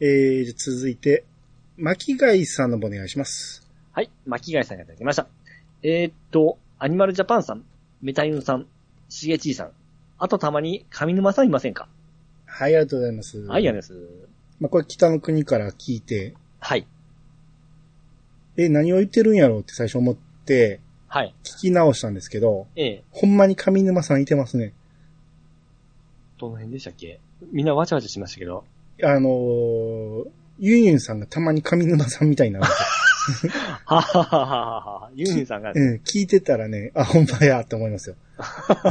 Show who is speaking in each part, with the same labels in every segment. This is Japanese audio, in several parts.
Speaker 1: えー、じゃあ続いて、巻貝さんの方お願いします。
Speaker 2: はい、巻貝さんがいただきました。えー、っと、アニマルジャパンさん、メタユンさん、しげちいさん、あとたまに上沼さんいませんか、
Speaker 1: はい、ありがとうございます。
Speaker 2: はい、やです。
Speaker 1: まあ、これ北の国から聞いて、
Speaker 2: はい、
Speaker 1: え、何を言ってるんやろうって最初思って、
Speaker 2: はい、
Speaker 1: 聞き直したんですけど、
Speaker 2: ええ
Speaker 1: ほんまに上沼さんいてますね。
Speaker 2: どの辺でしたっけみんなわちゃわちゃしましたけど。
Speaker 1: あのー、ゆんゆんさんがたまに上沼さんみたいになるん ですよ。
Speaker 2: はははははは、ユーミンさんが、
Speaker 1: うん、聞いてたらね、あ、ほんまや、って思い ますよ。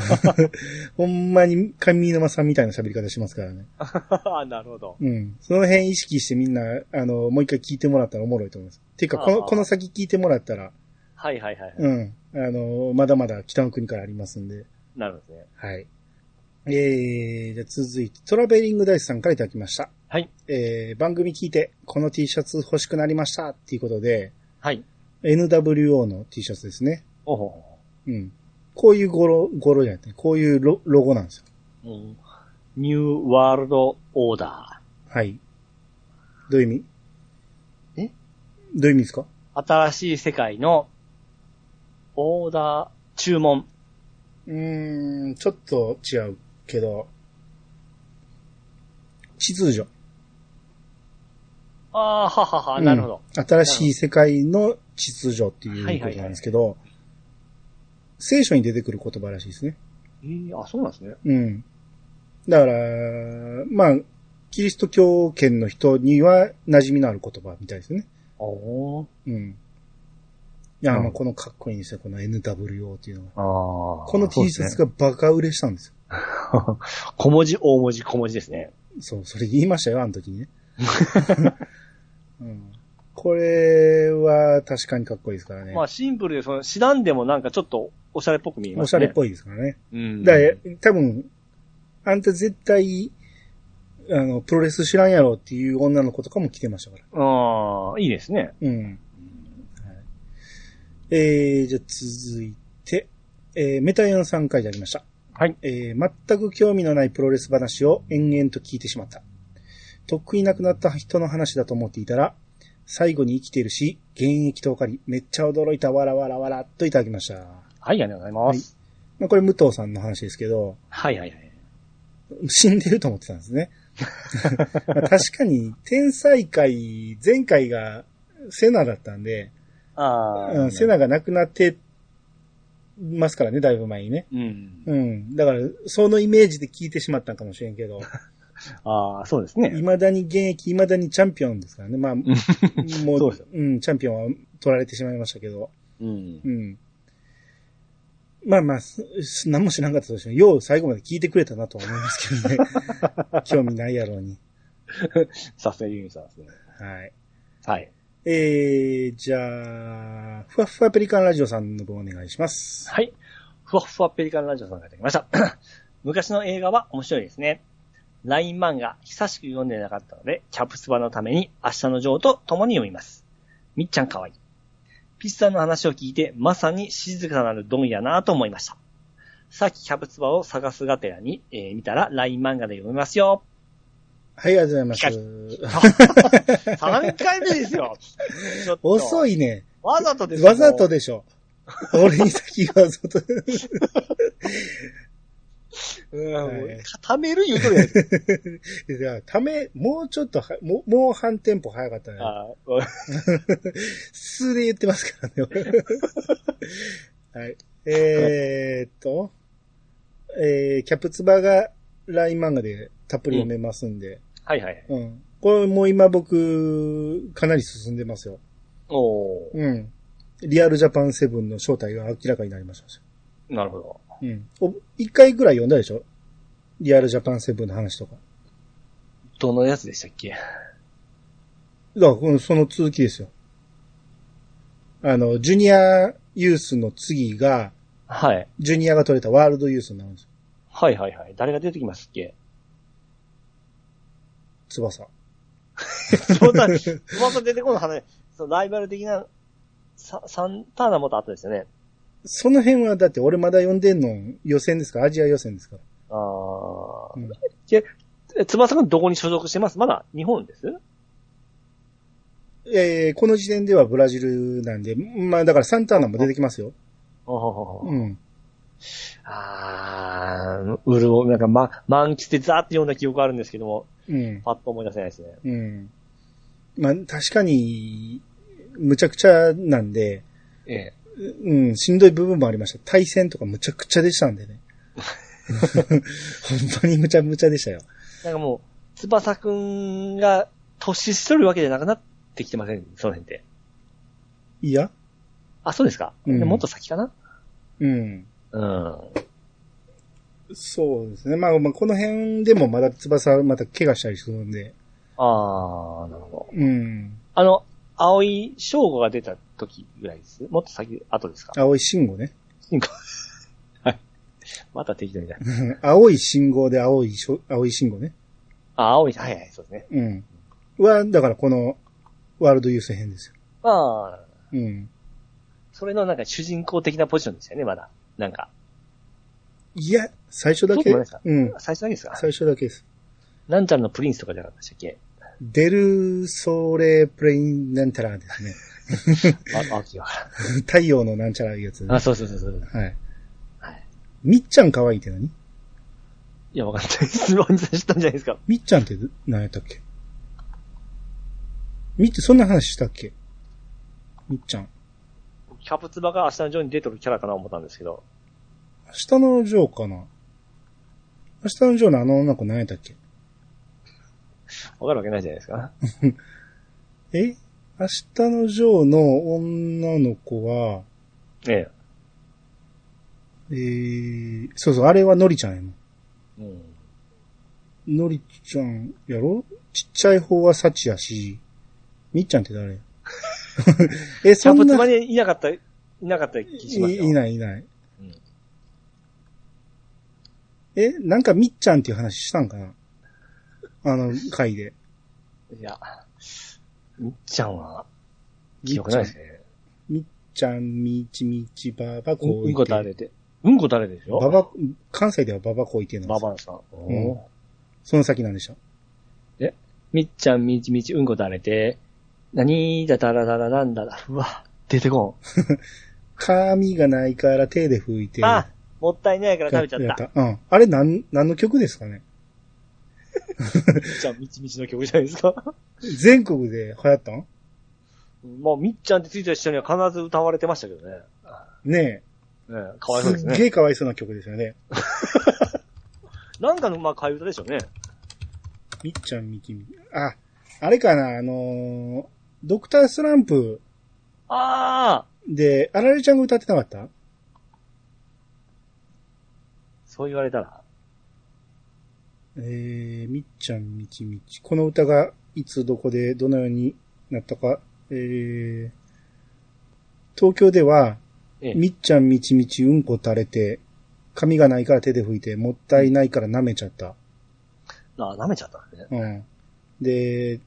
Speaker 1: ほんまに上沼さんみたいな喋り方しますからね。
Speaker 2: なるほど。
Speaker 1: うん。その辺意識してみんな、あの、もう一回聞いてもらったらおもろいと思います。ていうか、この、
Speaker 2: あー
Speaker 1: この先聞いてもらったら、
Speaker 2: はいはいはい。はい
Speaker 1: うん。あの、まだまだ北の国からありますんで。
Speaker 2: なるんですね。
Speaker 1: はい。えー、じゃあ続いて、トラベリングダイスさんからいただきました。
Speaker 2: はい。
Speaker 1: えー、番組聞いて、この T シャツ欲しくなりましたっていうことで、
Speaker 2: はい。
Speaker 1: NWO の T シャツですね。
Speaker 2: おほほ
Speaker 1: うん。こういう語呂、語呂じゃなくて、こういうロロゴなんですよ。
Speaker 2: ほうんニューワールドオーダ
Speaker 1: はい。どういう意味
Speaker 2: え
Speaker 1: どういう意味ですか
Speaker 2: ー。新しい世界のオーダー注文。
Speaker 1: うーん、ちょっと違うけど、秩序。
Speaker 2: ああ、ははは、なるほど。
Speaker 1: うん新しい世界の秩序っていうことなんですけど、聖書に出てくる言葉らしいですね。
Speaker 2: えーあ、そうなんですね。
Speaker 1: うん。だから、まあ、キリスト教圏の人には馴染みのある言葉みたいですね。
Speaker 2: おー
Speaker 1: うん。いや、
Speaker 2: うん
Speaker 1: まあ、このかっこいいんですよ、この NWO っていうのは。
Speaker 2: ああ。
Speaker 1: この T シャツがバカ売れしたんですよ。
Speaker 2: が。 小文字、大文字、小文字ですね。
Speaker 1: そう、それ言いましたよ、あの時 にね。うん、これは確かにかっこいいですからね。
Speaker 2: まあシンプルで、その、知らんでもなんかちょっとおしゃれっぽく見え
Speaker 1: お
Speaker 2: ま
Speaker 1: しゃ
Speaker 2: す
Speaker 1: れ
Speaker 2: ね。
Speaker 1: っぽいですからね。
Speaker 2: い。うん。
Speaker 1: だから多分、あんた絶対、あの、プロレス知らんやろっていう女の子とかも来てましたから。
Speaker 2: ああ、いいですね。
Speaker 1: うん。はい、えー、じゃあ続いて、えー、メタヨンさん回でありました。
Speaker 2: はい。
Speaker 1: えー全く興味のないプロレス話を延々と聞いてしまった。とっくに亡くなった人の話だと思っていたら、最後に生きているし、現役と分かり、めっちゃ驚いた、わらわらわら、といただきました。
Speaker 2: はい、ありがとうございます。
Speaker 1: まあ、これ武藤さんの話ですけど、
Speaker 2: はい、はい、はい。
Speaker 1: 死んでると思ってたんですね。 まあ確かに、天才界、前回がセナだったんで、
Speaker 2: ああ。
Speaker 1: うん、セナが亡くなってますからね、だいぶ前にね。
Speaker 2: うん。
Speaker 1: うん。だから、そのイメージで聞いてしまったんかもしれんけ ど。
Speaker 2: ああ、そうですね。
Speaker 1: 未だに現役、未だにチャンピオンですからね。まあ、もう、
Speaker 2: そうですよ
Speaker 1: うん、チャンピオンは取られてしまいましたけど。
Speaker 2: うん
Speaker 1: う。ん。まあまあ、すす何も知らんかったとしても、よう最後まで聞いてくれたなとは思いますけどね。 興味ないやろうに。
Speaker 2: さすがユーミンさんですね。
Speaker 1: はい。
Speaker 2: はい。
Speaker 1: えー、じゃあ、ふわふわペリカンラジオさんの分お願いします。
Speaker 2: はい。ふわっふわペリカンラジオさんがいただきました。 昔の映画は面白いですね。ライン漫画、久しく読んでなかったので、キャプスバのために明日のジョーと共に読みます。みっちゃんかわいい。ピッさんの話を聞いて、まさに静かなるドンやなと思いました。さっきキャプツバを探すがてらに、えー見たら LINE 漫画で読みますよ。
Speaker 1: はい、ありがとうございます。
Speaker 2: 3回目ですよ。ちょっと
Speaker 1: 遅いね。
Speaker 2: わざとです
Speaker 1: わざと
Speaker 2: で。
Speaker 1: でしょ。俺に先わざと。
Speaker 2: うん、
Speaker 1: はい
Speaker 2: もう固める言うとるやつ。
Speaker 1: じゃあ、ため、もうちょっとは、もう、もう半テンポ早かった ね。
Speaker 2: あー
Speaker 1: 数で言ってます からね。俺はい。えー、っと、えー、キャプツバが LINE 漫画でたっぷり読めますんで、
Speaker 2: はいはい。
Speaker 1: うん。これもう今僕、かなり進んでますよ。
Speaker 2: おー。
Speaker 1: うん。リアルジャパンセブンの正体が明らかになりましたし。
Speaker 2: なるほど。
Speaker 1: うん。お一回ぐらい読んだでしょリアルジャパンセブンの話とか。
Speaker 2: どのやつでしたっけ
Speaker 1: だからこの、その続きですよ。あの、ジュニアユースの次が、
Speaker 2: はい。
Speaker 1: ジュニアが取れたワールドユースになるんですよ。
Speaker 2: はいはいはい。誰が出てきますっけ
Speaker 1: 翼。
Speaker 2: 翼、翼出てこの話、そのライバル的な、ササンターナもと後ですよね。
Speaker 1: その辺はだって俺まだ読んでんの予選ですから、アジア予選ですから。
Speaker 2: あ
Speaker 1: う
Speaker 2: ー
Speaker 1: ん
Speaker 2: え、翼くんどこに所属してますまだ日本です
Speaker 1: えーこの時点ではブラジルなんで、まあだからサンターナも出てきますよ。
Speaker 2: ほうほうほうほう
Speaker 1: うん。
Speaker 2: あー、うるお、なんか、ま、満喫でザーって読んだ記憶あるんですけども、
Speaker 1: うん。
Speaker 2: パッと思い出せないですね。
Speaker 1: うん。まあ確かに、むちゃくちゃなんで、
Speaker 2: ええ。
Speaker 1: うん、しんどい部分もありました。対戦とかむちゃくちゃでしたんで ね。本当にむちゃむちゃでしたよ。
Speaker 2: なんかもう、翼くんが年しとるわけじゃなくなってきてません、その辺って。
Speaker 1: いや
Speaker 2: あ、そうですか、
Speaker 1: うん
Speaker 2: もっと先かな
Speaker 1: うん。
Speaker 2: うん。
Speaker 1: そうですね。まあ、まあ、この辺でもまだ翼、また怪我したりするんで。
Speaker 2: あー、なるほど。
Speaker 1: うん。
Speaker 2: あの、青い翔吾が出た時ぐらいです。もっと先、後ですか
Speaker 1: 青い信号ね。
Speaker 2: また適当みたいな。
Speaker 1: うん青い信号で青いしょ、青い信号ね。
Speaker 2: あ、青い、はいはい、そうですね。
Speaker 1: うん。は、だからこの、ワールドユース編ですよ。
Speaker 2: まあ、
Speaker 1: うん。
Speaker 2: それのなんか主人公的なポジションでしたよね、まだ。なんか、
Speaker 1: いや、最初だけ。
Speaker 2: そうなんですか
Speaker 1: うん。
Speaker 2: 最初だけですか
Speaker 1: 最初だけです。
Speaker 2: なんちゃらのプリンスとかじゃなかったでしたっけ
Speaker 1: デルソーレプレインなんちゃらです ね。
Speaker 2: あ、あ、違う。
Speaker 1: 太陽のなんちゃらいうやつ。は
Speaker 2: あ、そうそうそうそう。
Speaker 1: い。
Speaker 2: はい。
Speaker 1: みっちゃん可愛いって何
Speaker 2: いや、わかんない。質問させたんじゃないですか。
Speaker 1: みっちゃんって何やったっけみっちゃん、そんな話したっけみっちゃん。
Speaker 2: キャプツバが明日のジョーに出てるキャラかな思ったんですけど。
Speaker 1: 明日のジョーかな明日のジョーのあの女の子何やったっけ
Speaker 2: わかるわけないじゃないですか。
Speaker 1: え明日のジョーの女の子は、
Speaker 2: ええ。
Speaker 1: えー、そうそう、あれはのりちゃんやの。
Speaker 2: うん。
Speaker 1: のりちゃんやろちっちゃい方はサチやし、みっちゃんって誰え、
Speaker 2: キ
Speaker 1: そ
Speaker 2: ャプ
Speaker 1: ん
Speaker 2: ツ
Speaker 1: な
Speaker 2: バ、にいなかった、いなかった気します
Speaker 1: い
Speaker 2: よ。
Speaker 1: い
Speaker 2: い。
Speaker 1: ないいない
Speaker 2: うん。
Speaker 1: え、なんかみっちゃんっていう話したんかなあの回で。
Speaker 2: や、みっちゃんは、
Speaker 1: みっ
Speaker 2: 記
Speaker 1: ちゃん
Speaker 2: 憶ないですね。
Speaker 1: ちゃん、みちみち、ばばこ
Speaker 2: う
Speaker 1: い
Speaker 2: んこ
Speaker 1: て。
Speaker 2: 誰で。うんこ誰でしょ
Speaker 1: ばば、関西ではばばこいてなんで
Speaker 2: バ
Speaker 1: すよ
Speaker 2: バアさん。
Speaker 1: ん
Speaker 2: おー
Speaker 1: その先なんでした。
Speaker 2: みっちゃん、みちみち、うんこ誰で。なにーだだらだらなんだだ。うわ、出てこ
Speaker 1: 髪がないから手で拭いて。
Speaker 2: ん。あ、もったいないから食べちゃった。
Speaker 1: た。うん。あれ、なん、何の曲ですかね
Speaker 2: みっちゃん、みちみちの曲じゃないですか。
Speaker 1: 全国で流行ったん
Speaker 2: まあ、みっちゃんってついた人には必ず歌われてましたけどね。
Speaker 1: ね
Speaker 2: ねえ、か
Speaker 1: え。
Speaker 2: わいそうです
Speaker 1: っげ
Speaker 2: ね。
Speaker 1: えかわいそうな曲ですよね。
Speaker 2: なんかの、まあ、替え歌でしょうね。
Speaker 1: みっちゃん、みきみ。あ、あれかな、あのードクタースランプ
Speaker 2: ああ
Speaker 1: で、あられちゃんが歌ってなかった
Speaker 2: そう言われたら。
Speaker 1: えー、みっちゃん、みちみち。この歌がいつどこでどのようになったか。えー、東京では、
Speaker 2: ええ
Speaker 1: みっちゃん、みちみち、うんこ垂れて、髪がないから手で拭いて、もったいないから舐めちゃった。
Speaker 2: ああ、舐めちゃったんですね。
Speaker 1: うん。で、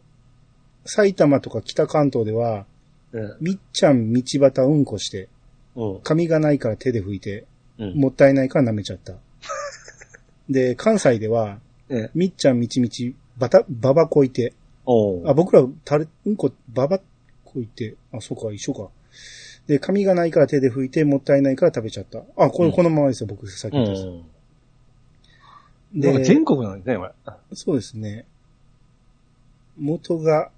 Speaker 1: 埼玉とか北関東では、
Speaker 2: うん。
Speaker 1: みっちゃん、道端うんこして、
Speaker 2: うん。
Speaker 1: 髪がないから手で拭いて、
Speaker 2: うん。
Speaker 1: もったいないから舐めちゃっ た。で、関西では、
Speaker 2: ええ
Speaker 1: みっちゃん、みちみち、ばた、ばばこいて、
Speaker 2: おう
Speaker 1: あ、僕ら、たれ、うんこ、ばばっこいて、あ、そうか、一緒か。で、髪がないから手で拭いて、もったいないから食べちゃった。あ、こ
Speaker 2: う
Speaker 1: れ、
Speaker 2: ん
Speaker 1: このままですよ、僕、さっき言
Speaker 2: う
Speaker 1: ったや
Speaker 2: ん。
Speaker 1: つ
Speaker 2: なんか
Speaker 1: で
Speaker 2: 全、国なんですね、これ。
Speaker 1: そうですね。元が、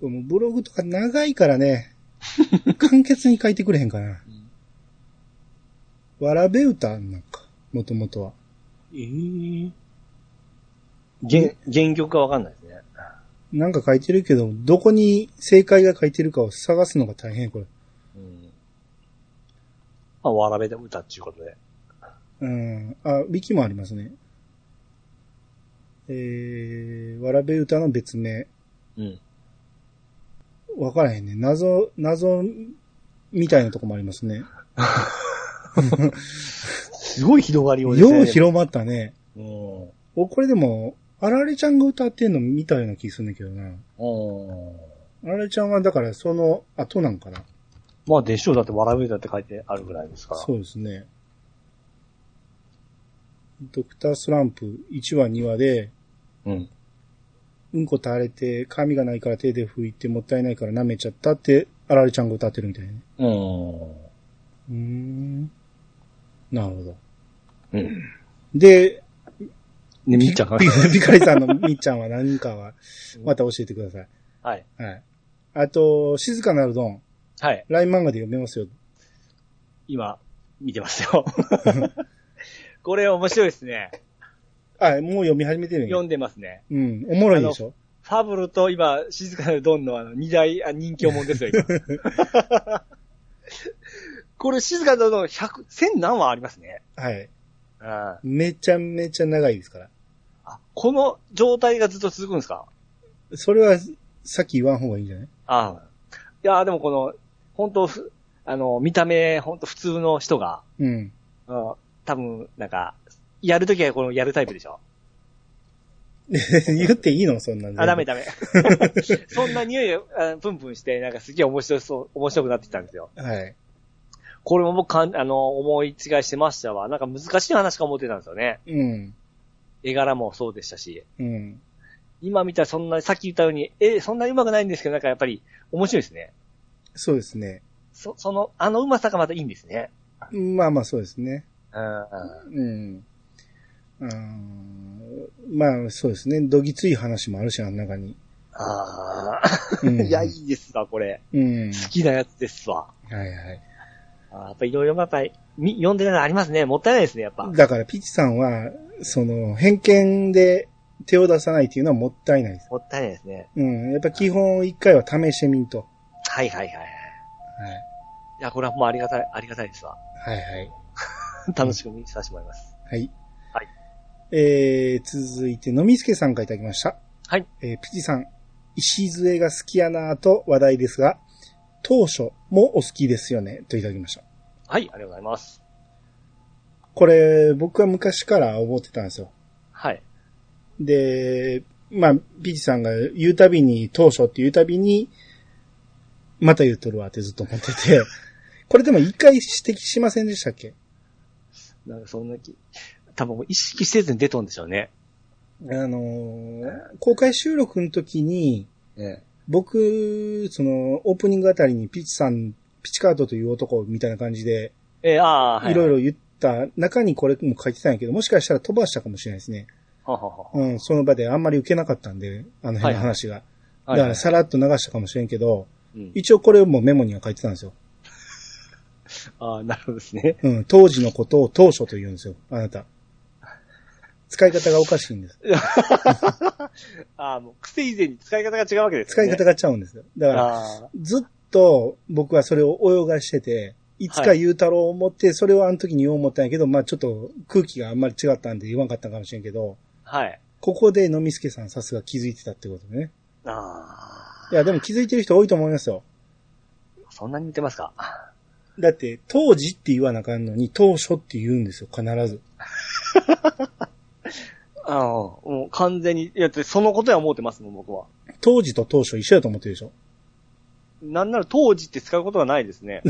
Speaker 1: もうブログとか長いからね、 簡潔に書いてくれへんかな。わらべ歌なんか、もともとは。
Speaker 2: ええ原、原曲がわかんないですね。
Speaker 1: なんか書いてるけど、どこに正解が書いてるかを探すのが大変、これ。
Speaker 2: うん。まあ、わらべで歌っていうことで。
Speaker 1: うん。あ、ウィキもありますね。えー、わらべ歌の別名。
Speaker 2: うん。
Speaker 1: わからへんね。謎、謎みたいなとこもありますね。
Speaker 2: すごい広がりをですね。
Speaker 1: よう広まったね。
Speaker 2: うん。
Speaker 1: お、これでも、あられちゃんが歌ってんの見たような気するんだけどな。
Speaker 2: うん。
Speaker 1: あられちゃんはだからその後なんかな。
Speaker 2: まあ、でしょう。だって、わらべ歌って書いてあるぐらいですから。
Speaker 1: そうですね。ドクタースランプ1話2話で、
Speaker 2: うん。
Speaker 1: うんこ垂れて、髪がないから手で拭いてもったいないから舐めちゃったって、あられちゃんが歌ってるみたいなね。
Speaker 2: うーん。
Speaker 1: うーん。なるほど。
Speaker 2: うん。
Speaker 1: で、
Speaker 2: で、みっちゃん が
Speaker 1: ビビカリさんのみっちゃんは何かは、また教えてください。
Speaker 2: はい。
Speaker 1: はい。あと、静かなるドン。
Speaker 2: はい。
Speaker 1: ライン漫画で読めますよ。
Speaker 2: 今、見てます よ。これ面白いですね。
Speaker 1: あ、もう読み始めてるんや
Speaker 2: 読。んでますね。
Speaker 1: うん。おもろいでしょ
Speaker 2: ファブルと今、静かなドンのあの、二大あ人気者ですよ、今。 これ、静かなドン、100、1000何話ありますね。
Speaker 1: はい。
Speaker 2: うん。あ、
Speaker 1: めちゃめちゃ長いですから。
Speaker 2: この状態がずっと続くんですか
Speaker 1: それは、さっき言わん方がいいんじゃない
Speaker 2: ああ。いやー、でもこの、本当ふあの、見た目、本当普通の人が、
Speaker 1: うん。
Speaker 2: うん、多分、なんか、やるときはこのやるタイプでしょ
Speaker 1: 言っていいのそんなん
Speaker 2: あ、ダメ。 ダメ。そんな匂いが、あプンプンして、なんかすげえ面白そう、面白くなってきたんですよ。
Speaker 1: はい。
Speaker 2: これも僕かん、あの、思い違いしてましたわ。なんか難しい話か思ってたんですよね。
Speaker 1: うん。
Speaker 2: 絵柄もそうでしたし。
Speaker 1: うん。
Speaker 2: 今見たらそんな、さっき言ったように、え、そんなに上手くないんですけど、なんかやっぱり面白いですね。
Speaker 1: そうですね。
Speaker 2: そ、その、あの上手さがまたいいんですね。
Speaker 1: まあまあそうですね。
Speaker 2: うん。
Speaker 1: うん。うーんまあそうですね。どぎつい話もあるし、あん中に。
Speaker 2: あ
Speaker 1: う
Speaker 2: あ。
Speaker 1: ん、
Speaker 2: いや、いいですわ、これ。
Speaker 1: うん。
Speaker 2: 好きなやつですわ。
Speaker 1: はいはい。
Speaker 2: あーやっぱいろいろ、やっぱり、み読んでないのありますね。もったいないですね、やっぱ。
Speaker 1: だから、ピチさんは、その、偏見で手を出さないっていうのはもったいないです。
Speaker 2: もったいないですね。
Speaker 1: うん。やっぱ基本一回は試してみんと。は
Speaker 2: はいはいはいはい。いや、これはもうありがたい、ありがたいですわ。
Speaker 1: い。はいはい。
Speaker 2: 楽しく見させてもらいます。
Speaker 1: はい。
Speaker 2: はい。
Speaker 1: えー、続いて、のみすけさんからいただきました。
Speaker 2: はい。
Speaker 1: えー、ピチさん、石杖が好きやなぁと話題ですが、当初もお好きですよね、といただきました。
Speaker 2: はい、ありがとうございます。
Speaker 1: これ、僕は昔から思ってたんですよ。
Speaker 2: はい。
Speaker 1: で、まあ、ピチさんが言うたびに、当初って言うたびに、また言うとるわってずっと思ってて、 これでも一回指摘しませんでしたっけ
Speaker 2: なんかそんな気、多分意識せずに出とんでしょうね。
Speaker 1: あのー公開収録の時に、
Speaker 2: え
Speaker 1: 僕、その、オープニングあたりにピチさん、ピチカートという男みたいな感じで、
Speaker 2: え。えーああ、はい
Speaker 1: ろい
Speaker 2: ろ。
Speaker 1: ろ言った中にこれも書いてたんやけど、もしかしたら飛ばしたかもしれないですね。
Speaker 2: ははは
Speaker 1: うん、その場であんまり受けなかったんで、あの辺の話が。
Speaker 2: は
Speaker 1: だからさらっと流したかもしれんけど、
Speaker 2: うん
Speaker 1: 一応これもメモには書いてたんですよ。
Speaker 2: ああ、なるほどですね。
Speaker 1: うん、当時のことを当初と言うんですよ、あなた。使い方がおかしいんです。
Speaker 2: ああ、もう癖以前に使い方が違うわけです
Speaker 1: 使
Speaker 2: よ
Speaker 1: い
Speaker 2: ね。
Speaker 1: 方がちゃうんですよ。だから、
Speaker 2: あ
Speaker 1: ずっと僕はそれを泳がしてて、いつか言うたろう思って、それをあの時に言おう思ったんやけど、まあちょっと空気があんまり違ったんで言わんかったんかもしれんけど、
Speaker 2: あ、はい。
Speaker 1: ここでのみすけさんさすが気づいてたってことでね。
Speaker 2: ああ
Speaker 1: いや、でも気づいてる人多いと思いますよ。
Speaker 2: ー、そんなに似てますか
Speaker 1: だって、当時って言わなあかんのに、当初って言うんですよ、必ず。
Speaker 2: ああ、もう完全に、いや、そのことは思ってますもん、僕は。
Speaker 1: 当時と当初一緒やと思ってるでしょ。
Speaker 2: なんなら当時って使うことはないです ね。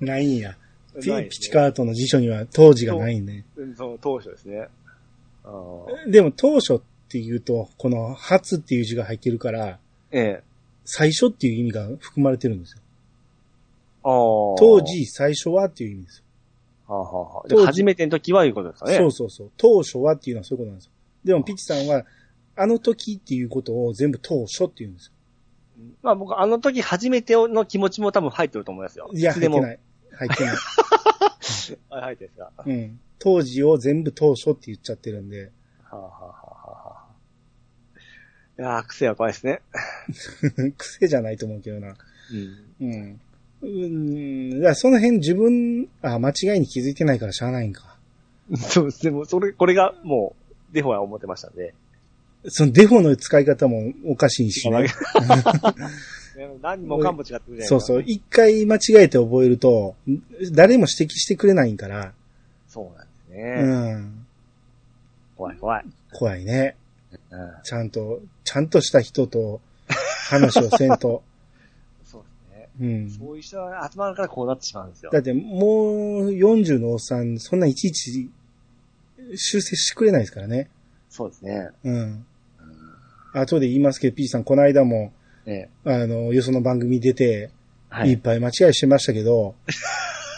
Speaker 1: ないんや。ピ
Speaker 2: ないですね
Speaker 1: ピチカートの辞書には当時がないんで。
Speaker 2: うんその当初ですね。ああ、
Speaker 1: でも当初って言うと、この初っていう字が入ってるから、
Speaker 2: ええ。
Speaker 1: 最初っていう意味が含まれてるんですよ。
Speaker 2: ああ。
Speaker 1: 当時、最初はっていう意味ですよ。
Speaker 2: はあはあはあ、
Speaker 1: 当時
Speaker 2: 初めての時はいうことですかね。
Speaker 1: そうそうそう。当初はっていうのはそういうことなんですよ。でもピチさんは、あの時っていうことを全部当初って言うんですよ。
Speaker 2: まあ僕、あの時初めての気持ちも多分入ってると思いますよ。
Speaker 1: いや、
Speaker 2: つ
Speaker 1: 入
Speaker 2: で
Speaker 1: って
Speaker 2: も。
Speaker 1: ない。入ってない。
Speaker 2: あ入ってるんですか。は
Speaker 1: うん。当時を全部当初って言っちゃってるんで。
Speaker 2: あ、はあはあはあ、いやー、癖は怖いですね。
Speaker 1: 癖じゃないと思うけどな。
Speaker 2: うん。
Speaker 1: うん。うーん。だからその辺自分、あ、間違いに気づいてないからしゃあないんか。
Speaker 2: そうですね。もうそれ、これがもう、デフォは思ってましたんで。
Speaker 1: そのデフォの使い方もおかしいし、ね。
Speaker 2: 何もかんも違ってくれない
Speaker 1: そう
Speaker 2: う。
Speaker 1: そう。一回間違えて覚えると、誰も指摘してくれないんから。
Speaker 2: そうなんですね。
Speaker 1: うん。
Speaker 2: 怖い怖い。
Speaker 1: 怖いね。
Speaker 2: うん。
Speaker 1: ちゃんと、ちゃんとした人と話をせん と。
Speaker 2: そうですね。
Speaker 1: うん。
Speaker 2: そういう人は集まるからこうなってしまうんですよ
Speaker 1: だ。ってもう40のおっさん、そんないちいち修正してくれないですからね。
Speaker 2: そうですね。
Speaker 1: うん。後で言いますけど、P さん、この間も、
Speaker 2: ええ。
Speaker 1: あの、よその番組出て、、
Speaker 2: はい
Speaker 1: っ
Speaker 2: い。
Speaker 1: ぱい間違いしてましたけど、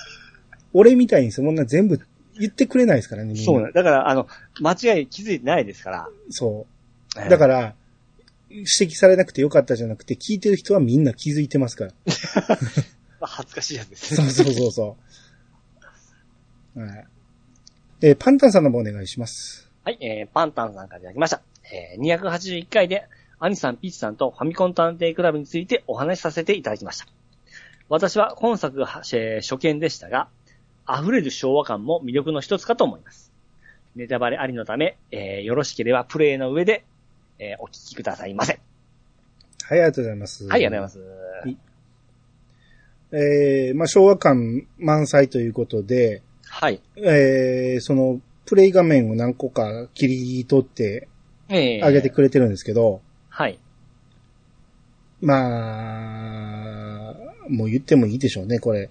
Speaker 1: 俺みたいにそんな全部言ってくれないですからね、みんな
Speaker 2: そうね。だから、あの、間違い気づいてないですから。
Speaker 1: そう。
Speaker 2: ええ
Speaker 1: だから、指摘されなくてよかったじゃなくて、聞いてる人はみんな気づいてますから。
Speaker 2: まあ恥ずかしいやつです
Speaker 1: そうそうそうそう。 はい。で、パンタンさんの方お願いします。
Speaker 2: はい、えー、パンタンさんからいただきました。えー、281回で、アニさん、ピッチさんとファミコン探偵クラブについてお話しさせていただきました。私は今作が、えー初見でしたが、溢れる昭和感も魅力の一つかと思います。ネタバレありのため、えー、よろしければプレイの上で、えー、お聞きくださいませ。
Speaker 1: はい、ありがとうございます。
Speaker 2: はい、ありがとうござ
Speaker 1: はいいえー、まあ、昭和感満載ということで、
Speaker 2: ます。はい。
Speaker 1: えー、その、プレイ画面を何個か切り取って
Speaker 2: えー、
Speaker 1: あげてくれてるんですけど、
Speaker 2: はい。
Speaker 1: まあ、もう言ってもいいでしょうね、これ。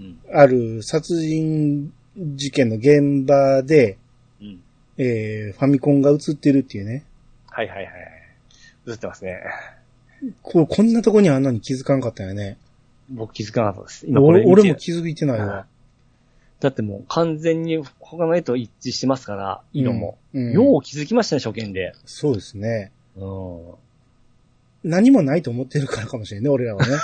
Speaker 2: うん。
Speaker 1: ある殺人事件の現場で、
Speaker 2: うん。
Speaker 1: えー、ファミコンが映ってるっていうね。
Speaker 2: はいはいはい。映ってますね。
Speaker 1: こうこんなとこにあんなに気づかんかったよね。
Speaker 2: 僕気づかなかったです。今これ
Speaker 1: 俺
Speaker 2: 見て
Speaker 1: 俺も気づいてないわ。
Speaker 2: だってもう完全に他の絵と一致してますから、色も。
Speaker 1: うん。うん
Speaker 2: よう気づきましたね、初見で。
Speaker 1: そうですね。
Speaker 2: うん。
Speaker 1: 何もないと思ってるからかもしれんね、俺ら はね。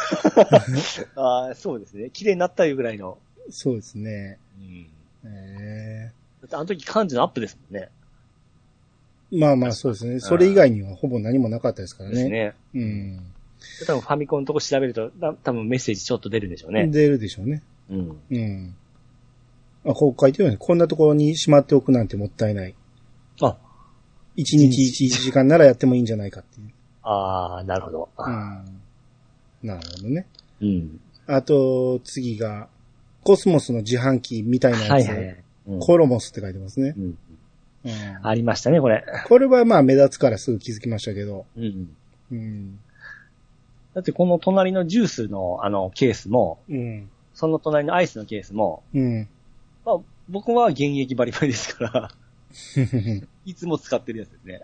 Speaker 2: ああ、そうですね。綺麗になったいうぐらいの。
Speaker 1: そうですね。
Speaker 2: うん。
Speaker 1: え
Speaker 2: だってあの時漢字のアップですもんね。
Speaker 1: ーまあまあそうですね。それ以外にはほぼ何もなかったですから
Speaker 2: です
Speaker 1: ね。
Speaker 2: ね。
Speaker 1: うん。
Speaker 2: 多分ファミコンのとこ調べると、だ多分メッセージちょっと出るでしょうね。
Speaker 1: 出るでしょうね。
Speaker 2: うん。
Speaker 1: うん。あ、こう書いてるよね。こんなところにしまっておくなんてもったいない。
Speaker 2: あ、
Speaker 1: 一日一時間ならやってもいいんじゃないかっていう。
Speaker 2: ああ、なるほど。
Speaker 1: うん。なるほどね。
Speaker 2: うん。
Speaker 1: あと、次が、コスモスの自販機みたいなやつ。
Speaker 2: はいはいはい。うん
Speaker 1: コロモスって書いてますね
Speaker 2: う。ん
Speaker 1: うん
Speaker 2: ありましたね、これ。
Speaker 1: これはまあ目立つからすぐ気づきましたけど。
Speaker 2: うん。
Speaker 1: うん。
Speaker 2: だってこの隣のジュースのあのケースも、
Speaker 1: うん。
Speaker 2: その隣のアイスのケースも、
Speaker 1: うん。
Speaker 2: まあ、僕は現役バリバリですから、
Speaker 1: はい
Speaker 2: つも使ってるやつですね。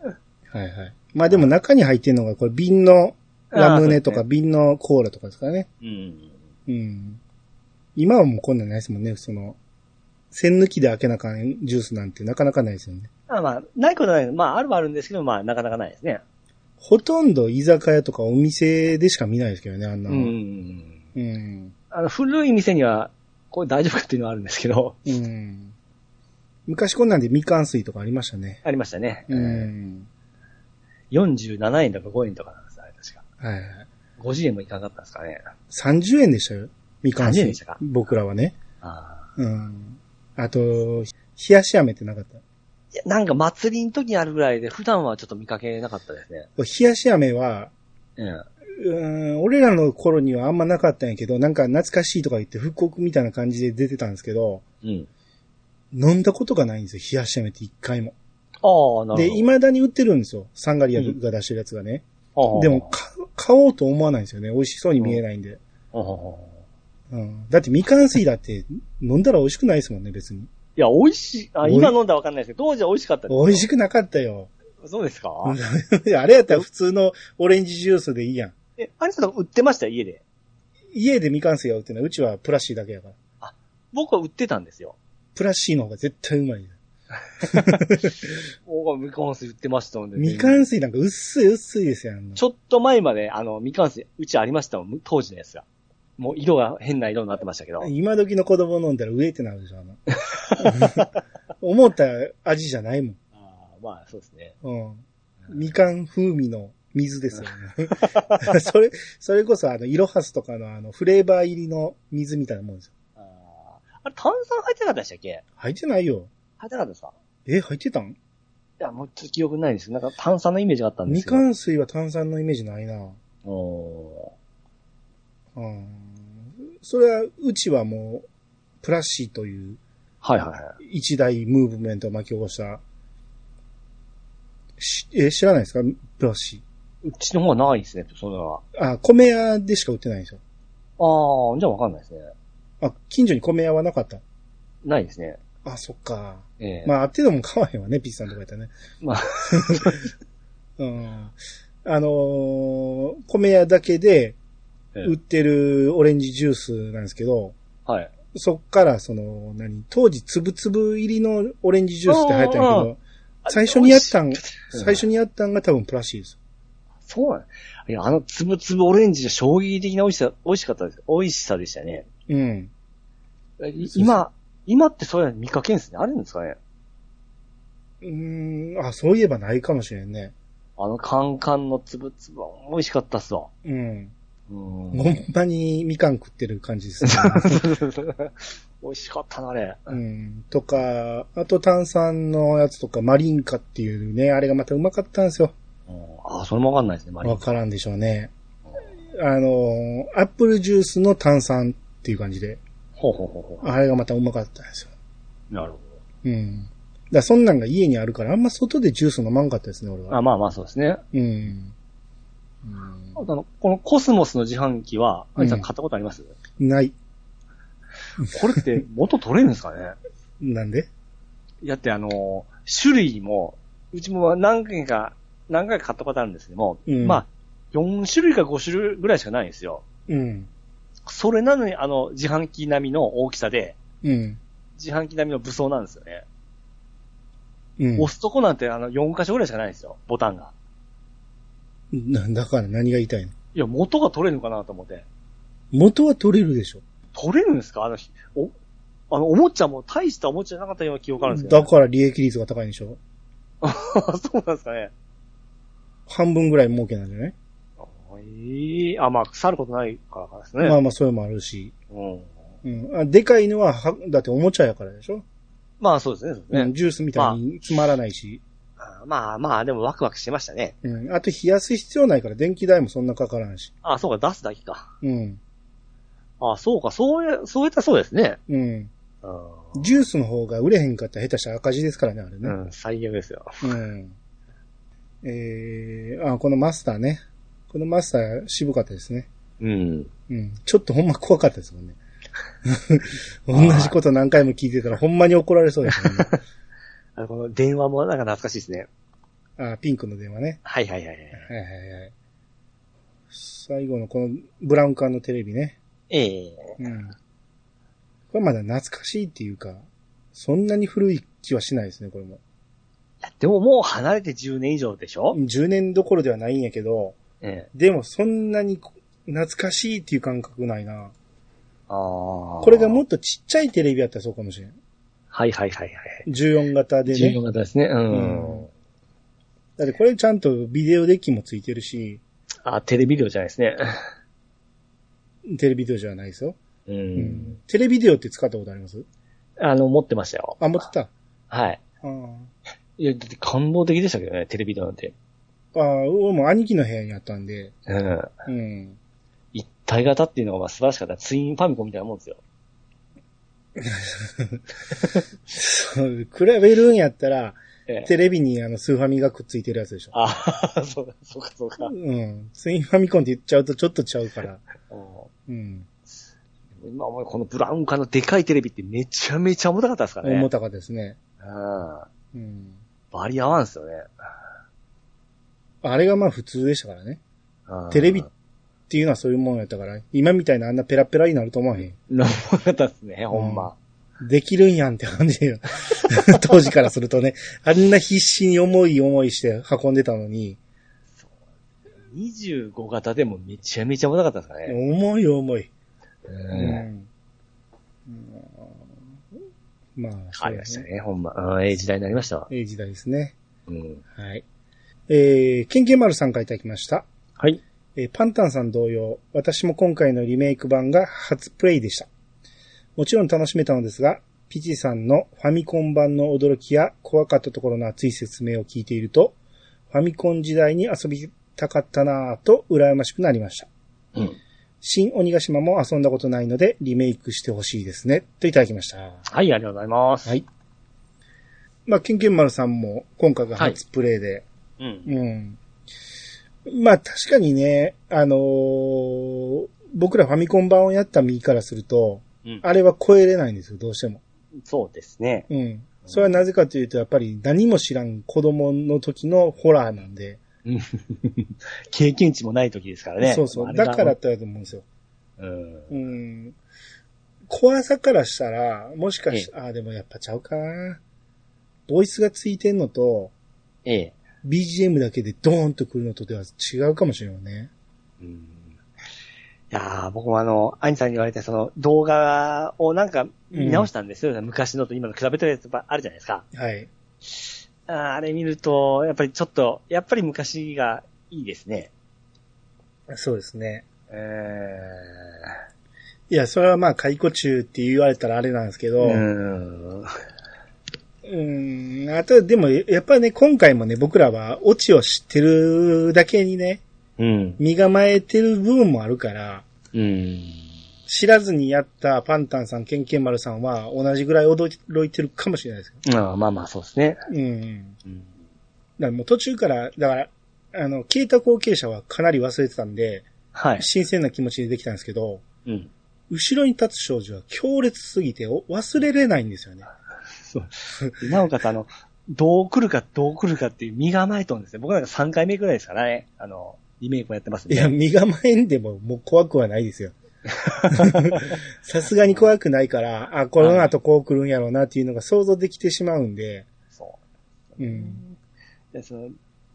Speaker 1: いはい。まあでも中に入ってるのが、これ瓶のラムネと
Speaker 2: あ
Speaker 1: か
Speaker 2: ー
Speaker 1: 瓶のコーラとかですからね。
Speaker 2: うん。
Speaker 1: うん。今はもうこんなんないですもんね。その、栓抜きで開けなあかんジュースなんてなかなかないですよね。
Speaker 2: あまあ、ないことはない。まあ、あるはあるんですけど、まあ、なかなかないですね。
Speaker 1: ほとんど居酒屋とかお店でしか見ないですけどね、あんな
Speaker 2: う
Speaker 1: の。
Speaker 2: ん。
Speaker 1: うん
Speaker 2: あの、古い店には、これ大丈夫かっていうのはあるんですけど、
Speaker 1: うん昔こんなんでみかん水とかありましたね。
Speaker 2: ありましたね。
Speaker 1: うん。
Speaker 2: 47円とか5円とかなんです、あれ確か。
Speaker 1: はいはい。
Speaker 2: 50円もいかなかったんですかね。
Speaker 1: 30円でしたよ。みかん水。
Speaker 2: 30円でしたか
Speaker 1: 僕らはね。
Speaker 2: ああ。
Speaker 1: うん。あと、冷やし飴ってなかった。
Speaker 2: いや、なんか祭りの時にあるぐらいで、普段はちょっと見かけなかったですね。
Speaker 1: 冷やし飴は、
Speaker 2: うん。
Speaker 1: うーん、俺らの頃にはあんまなかったんやけど、なんか懐かしいとか言って復刻みたいな感じで出てたんですけど、
Speaker 2: うん。
Speaker 1: 飲んだことがないんですよ。冷やし飴って一回も。
Speaker 2: ああ、なるほど。
Speaker 1: で、未だに売ってるんですよ。サンガリアが出してるやつがね。
Speaker 2: ああ
Speaker 1: でも、、買う買おうと思わないんですよね。美味しそうに見えないんで。
Speaker 2: ああ
Speaker 1: うんだってみかん水だって飲んだら美味しくないですもんね、別に。
Speaker 2: いや、美味しい。あ、
Speaker 1: おい
Speaker 2: 今飲んだらわかんないですけど、当時は美味しかったですよ
Speaker 1: 美味しくなかったよ。
Speaker 2: そうですか、
Speaker 1: あれやったら普通のオレンジジュースでいいやん。
Speaker 2: え、アニさんとか売ってました家で。
Speaker 1: 家でみかん水が売ってるのはうちはプラシーだけやから。
Speaker 2: 僕は売ってたんですよ。
Speaker 1: プラシーの方が絶対うまいよ。
Speaker 2: 僕はみかん水売ってましたので。
Speaker 1: みかん水なんか薄い薄いですよ、あんな
Speaker 2: ちょっと前まで、あの、みかん水、うちありましたもん、当時のやつが。もう色が変な色になってましたけど。
Speaker 1: 今時の子供飲んだら上ってなるでしょ、 あの。思った味じゃないもん。
Speaker 2: あーまあ、そうですね。
Speaker 1: うん。みかん風味の水 ですよね。それ、それこそあの、イロハスとかのあの、フレーバー入りの水みたいなもんですよ。
Speaker 2: あーあれ、炭酸入ってなかったでしたっけ
Speaker 1: 入ってないよ。
Speaker 2: 入ってなかったですか
Speaker 1: え、入ってたん
Speaker 2: いや、もうちょっと記憶ないですけど、なんか炭酸のイメージがあったんで
Speaker 1: み
Speaker 2: すけど。
Speaker 1: かん水は炭酸のイメージないな。
Speaker 2: お
Speaker 1: うん。それは、うちはもう、プラッシーという
Speaker 2: ーはいはいは
Speaker 1: 一大ムーブメントを巻き起こした。しえ、知らないですかプラッシ
Speaker 2: い。うちの方はないですね、そんなのは。
Speaker 1: ー。あ、米屋でしか売ってないんですよ。
Speaker 2: ああ、じゃあわかんないですね。
Speaker 1: あ、近所に米屋はなかった。
Speaker 2: ないですね。
Speaker 1: あ、そっか。
Speaker 2: ええ
Speaker 1: まあ、あってでも買わへんわね、ピッチさんとかやったらね。
Speaker 2: まあ、
Speaker 1: うん。あのー米屋だけで
Speaker 2: ええ
Speaker 1: 売ってるオレンジジュースなんですけど、
Speaker 2: はい。
Speaker 1: そっから、その、何、当時、つぶつぶ入りのオレンジジュースって流行ったんや
Speaker 2: あ
Speaker 1: け
Speaker 2: ー
Speaker 1: ど、最初にやった
Speaker 2: あ
Speaker 1: ん
Speaker 2: 美味しい、
Speaker 1: 最初にやったんが多分プラシーです。
Speaker 2: そうなんいや、あのつぶつぶオレンジが衝撃的な美味しさ、美味しかったです。美味しさでしたね。
Speaker 1: うん。
Speaker 2: い
Speaker 1: そう
Speaker 2: 今、今ってそういうの見かけんすね。あるんですかね
Speaker 1: うーん、あ、そういえばないかもしれんね。
Speaker 2: あのカンカンのつぶつぶ、美味しかったっすわ。
Speaker 1: うん。
Speaker 2: う
Speaker 1: ほ
Speaker 2: ん。
Speaker 1: んまにみかん食ってる感じですね。
Speaker 2: 美味しかったな、あれ。
Speaker 1: うん。とか、あと炭酸のやつとか、マリンカっていうね、あれがまたうまかったんですよ。
Speaker 2: うんあ、それもわかんないですね、マリン
Speaker 1: わからんでしょうね。あの、アップルジュースの炭酸っていう感じで、
Speaker 2: ほうほうほうほ
Speaker 1: あれがまたうまかったんですよ。
Speaker 2: う。なるほ
Speaker 1: うん。だからそんなんが家にあるから、あんま外でジュース飲まんかったですね、俺
Speaker 2: ど。あ、
Speaker 1: は。
Speaker 2: まあまあそうですね。
Speaker 1: うん。
Speaker 2: あとあの、このコスモスの自販機は、あいさん買ったことあります、
Speaker 1: ない。
Speaker 2: これって元取れるんですかね
Speaker 1: なんで
Speaker 2: だってあの、種類も、うちも何件か、何回か買ったことあるんですけども、
Speaker 1: うん
Speaker 2: まあ、4種類か5種類ぐらいしかないんですよ。
Speaker 1: うん。
Speaker 2: それなのに、あの、自販機並みの大きさで、
Speaker 1: うん。
Speaker 2: 自販機並みの武装なんですよね。
Speaker 1: うん。
Speaker 2: 押すとこなんて、あの、4箇所ぐらいしかないんですよ、ボタンが。
Speaker 1: なだから何が言いたいの
Speaker 2: いや、元が取れるのかなと思って。
Speaker 1: 元は取れるでしょ。
Speaker 2: 取れるんですかあの、お、あの、おもちゃも大したおもちゃじゃなかったような記憶あるんですけど、
Speaker 1: だから利益率が高いんでしょ。
Speaker 2: ら。 そうなんですかね。
Speaker 1: 半分ぐらい儲けなんじゃない、
Speaker 2: ええあ、まあ、腐ることないからかですね。
Speaker 1: まあまあ、それもあるし。
Speaker 2: うん、
Speaker 1: うん。あでかいのはは、だっておもちゃやからでしょ、
Speaker 2: まあ、そうですね、そうですね。
Speaker 1: うん、ジュースみたいにつまらないし。
Speaker 2: あまあまあ、でもワクワクしてましたね。
Speaker 1: うん。あと冷やす必要ないから電気代もそんなかからんし。
Speaker 2: あそうか、出すだけか。
Speaker 1: うん。
Speaker 2: あそうか、そうや、そういったそうですね。
Speaker 1: うん。
Speaker 2: う
Speaker 1: ジュースの方が売れへんかったら下手したら赤字ですからね、あれね。
Speaker 2: ん、最悪ですよ。
Speaker 1: うん。えー、あ、このマスターね。このマスター渋かったですね。
Speaker 2: うん。
Speaker 1: うん。ちょっとほんま怖かったですも んね。同じこと何回も聞いてたらほんまに怒られそうですよ ね。
Speaker 2: あのこの電話もなんか懐かしいですね。
Speaker 1: あ、ピンクの電話ね。
Speaker 2: はいはいはいはい。
Speaker 1: はいはいはい。最後のこのブラウン管のテレビね。
Speaker 2: ええ
Speaker 1: うん。これまだ懐かしいっていうか、そんなに古い気はしないですね、これも。
Speaker 2: いやでももう離れて10年以上でしょ、
Speaker 1: 10年どころではないんやけど、
Speaker 2: ええ
Speaker 1: でもそんなに懐かしいっていう感覚ないな。
Speaker 2: ああ
Speaker 1: これがも
Speaker 2: っ
Speaker 1: っとちっちゃいテレビやったらそうかもしれん。
Speaker 2: はいはいはいはい。
Speaker 1: 14型で
Speaker 2: 14
Speaker 1: ね。
Speaker 2: 型ですね。う
Speaker 1: うん
Speaker 2: ん。
Speaker 1: だってこれちゃんとビデオデッキもついてるし、
Speaker 2: あテレビデオじゃないですね。
Speaker 1: テレビデオじゃないですよ。
Speaker 2: う。
Speaker 1: うんテレビデオって使ったことあります
Speaker 2: あの、持ってましたよ。
Speaker 1: あ、持ってた。
Speaker 2: はい。
Speaker 1: あー
Speaker 2: いや、だって感動的でしたけどね、テレビデオなんて。
Speaker 1: あー、俺も兄貴の部屋にあったんで、
Speaker 2: うん。
Speaker 1: うん。
Speaker 2: 一体型っていうのがまあ素晴らしかった。ツインファミコンみたいなもんですよ。
Speaker 1: そう比べるんやったら、
Speaker 2: ええ
Speaker 1: テレビにあのスーファミがくっついてるやつでしょ。
Speaker 2: あ、 そうか、そうか、そうか。
Speaker 1: うん。スインファミコンって言っちゃうとちょっとちゃうから。うん。
Speaker 2: 今思うこのブラウン管のでかいテレビってめちゃめちゃ重たかったですからね。
Speaker 1: 重たかったですね。
Speaker 2: うん。
Speaker 1: うん。
Speaker 2: バリ合わんすよね。
Speaker 1: あれがまあ普通でしたからね。
Speaker 2: うん
Speaker 1: テレ ビっていうのはそういうもんやったから、今みたいなあんなペラペラになると思わへん。
Speaker 2: なんもなかったですね、ほんま。
Speaker 1: できるんやんって感 じよ。当時からするとね、あんな必死に重い重いして運んでたのに、
Speaker 2: 25型でもめちゃめちゃ重たかったですからね。
Speaker 1: 重い重い。う
Speaker 2: うん。
Speaker 1: ん。まあ、
Speaker 2: ありました。ね、ほんま。うん、ええ時代になりましたわ。
Speaker 1: ええ時代ですね。
Speaker 2: うん。
Speaker 1: はい。えー、ケンケン丸さんからいただきました。
Speaker 2: はい。
Speaker 1: えーパンタンさん同様、私も今回のリメイク版が初プレイでした。もちろん楽しめたのですが、ピチさんのファミコン版の驚きや怖かったところの熱い説明を聞いていると、ファミコン時代に遊びたかったなぁと羨ましくなりました。
Speaker 2: うん。
Speaker 1: 新鬼ヶ島も遊んだことないのでリメイクしてほしいですね。といただきました。
Speaker 2: はい、ありがとうございます。
Speaker 1: はい。まあ、ケンケン丸さんも今回が初プレイで、
Speaker 2: うん。
Speaker 1: うん。まあ確かにね、あのー僕らファミコン版をやった身からすると、
Speaker 2: うん。
Speaker 1: あれは超えれないんですよ、どうしても。
Speaker 2: そうですね。
Speaker 1: うん。それはなぜかというと、やっぱり何も知らん子供の時のホラーなんで。
Speaker 2: 経験値もない時ですからね。
Speaker 1: そうそう。
Speaker 2: あれが
Speaker 1: だからだっ。たらと思うんですよ。
Speaker 2: うん。
Speaker 1: うん。怖さからしたら、もしかし、あーでもやっぱちゃうかな。ボイスがついてんのと、
Speaker 2: ええ。
Speaker 1: BGM だけでドーンと来るのとでは違うかもしれないね。
Speaker 2: うんいやー僕もあの、アニさんに言われて、その動画をなんか見直したんですよ、昔のと今の比べてるやつばあるじゃないですか。
Speaker 1: はい。
Speaker 2: あーあれ見ると、やっぱりちょっと、やっぱり昔がいいですね。
Speaker 1: そうですね。
Speaker 2: えー
Speaker 1: いや、それはまあ、解雇中って言われたらあれなんですけど、
Speaker 2: う。
Speaker 1: うんん、あと、でも、やっぱりね、今回もね、僕らは、オチを知ってるだけにね、
Speaker 2: うん。
Speaker 1: 身構えてる部分もあるから、
Speaker 2: うん。
Speaker 1: 知らずにやったパンタンさん、ケンケンマルさんは、同じぐらい驚いてるかもしれないですけ
Speaker 2: あーまあまあ、そうですね。
Speaker 1: ど。うん。
Speaker 2: う
Speaker 1: だ
Speaker 2: ん。
Speaker 1: からもう途中から、だから、あの、消えた後継者はかなり忘れてたんで、
Speaker 2: はい。
Speaker 1: 新鮮な気持ちでできたんですけど、
Speaker 2: うん。
Speaker 1: 後ろに立つ少女は強烈すぎてお忘れれないんですよね。
Speaker 2: なおかつあの、どう来るかどう来るかっていう身構えとんですね。僕なんか3回目くらいですからね。あの、リメイクもやってますん
Speaker 1: い
Speaker 2: で。
Speaker 1: や、身構えんでももう怖くはないですよ。さすがに怖くないから、あ、この後こう来るんやろうなっていうのが想像できてしまうんで、
Speaker 2: そう。
Speaker 1: うん。
Speaker 2: でその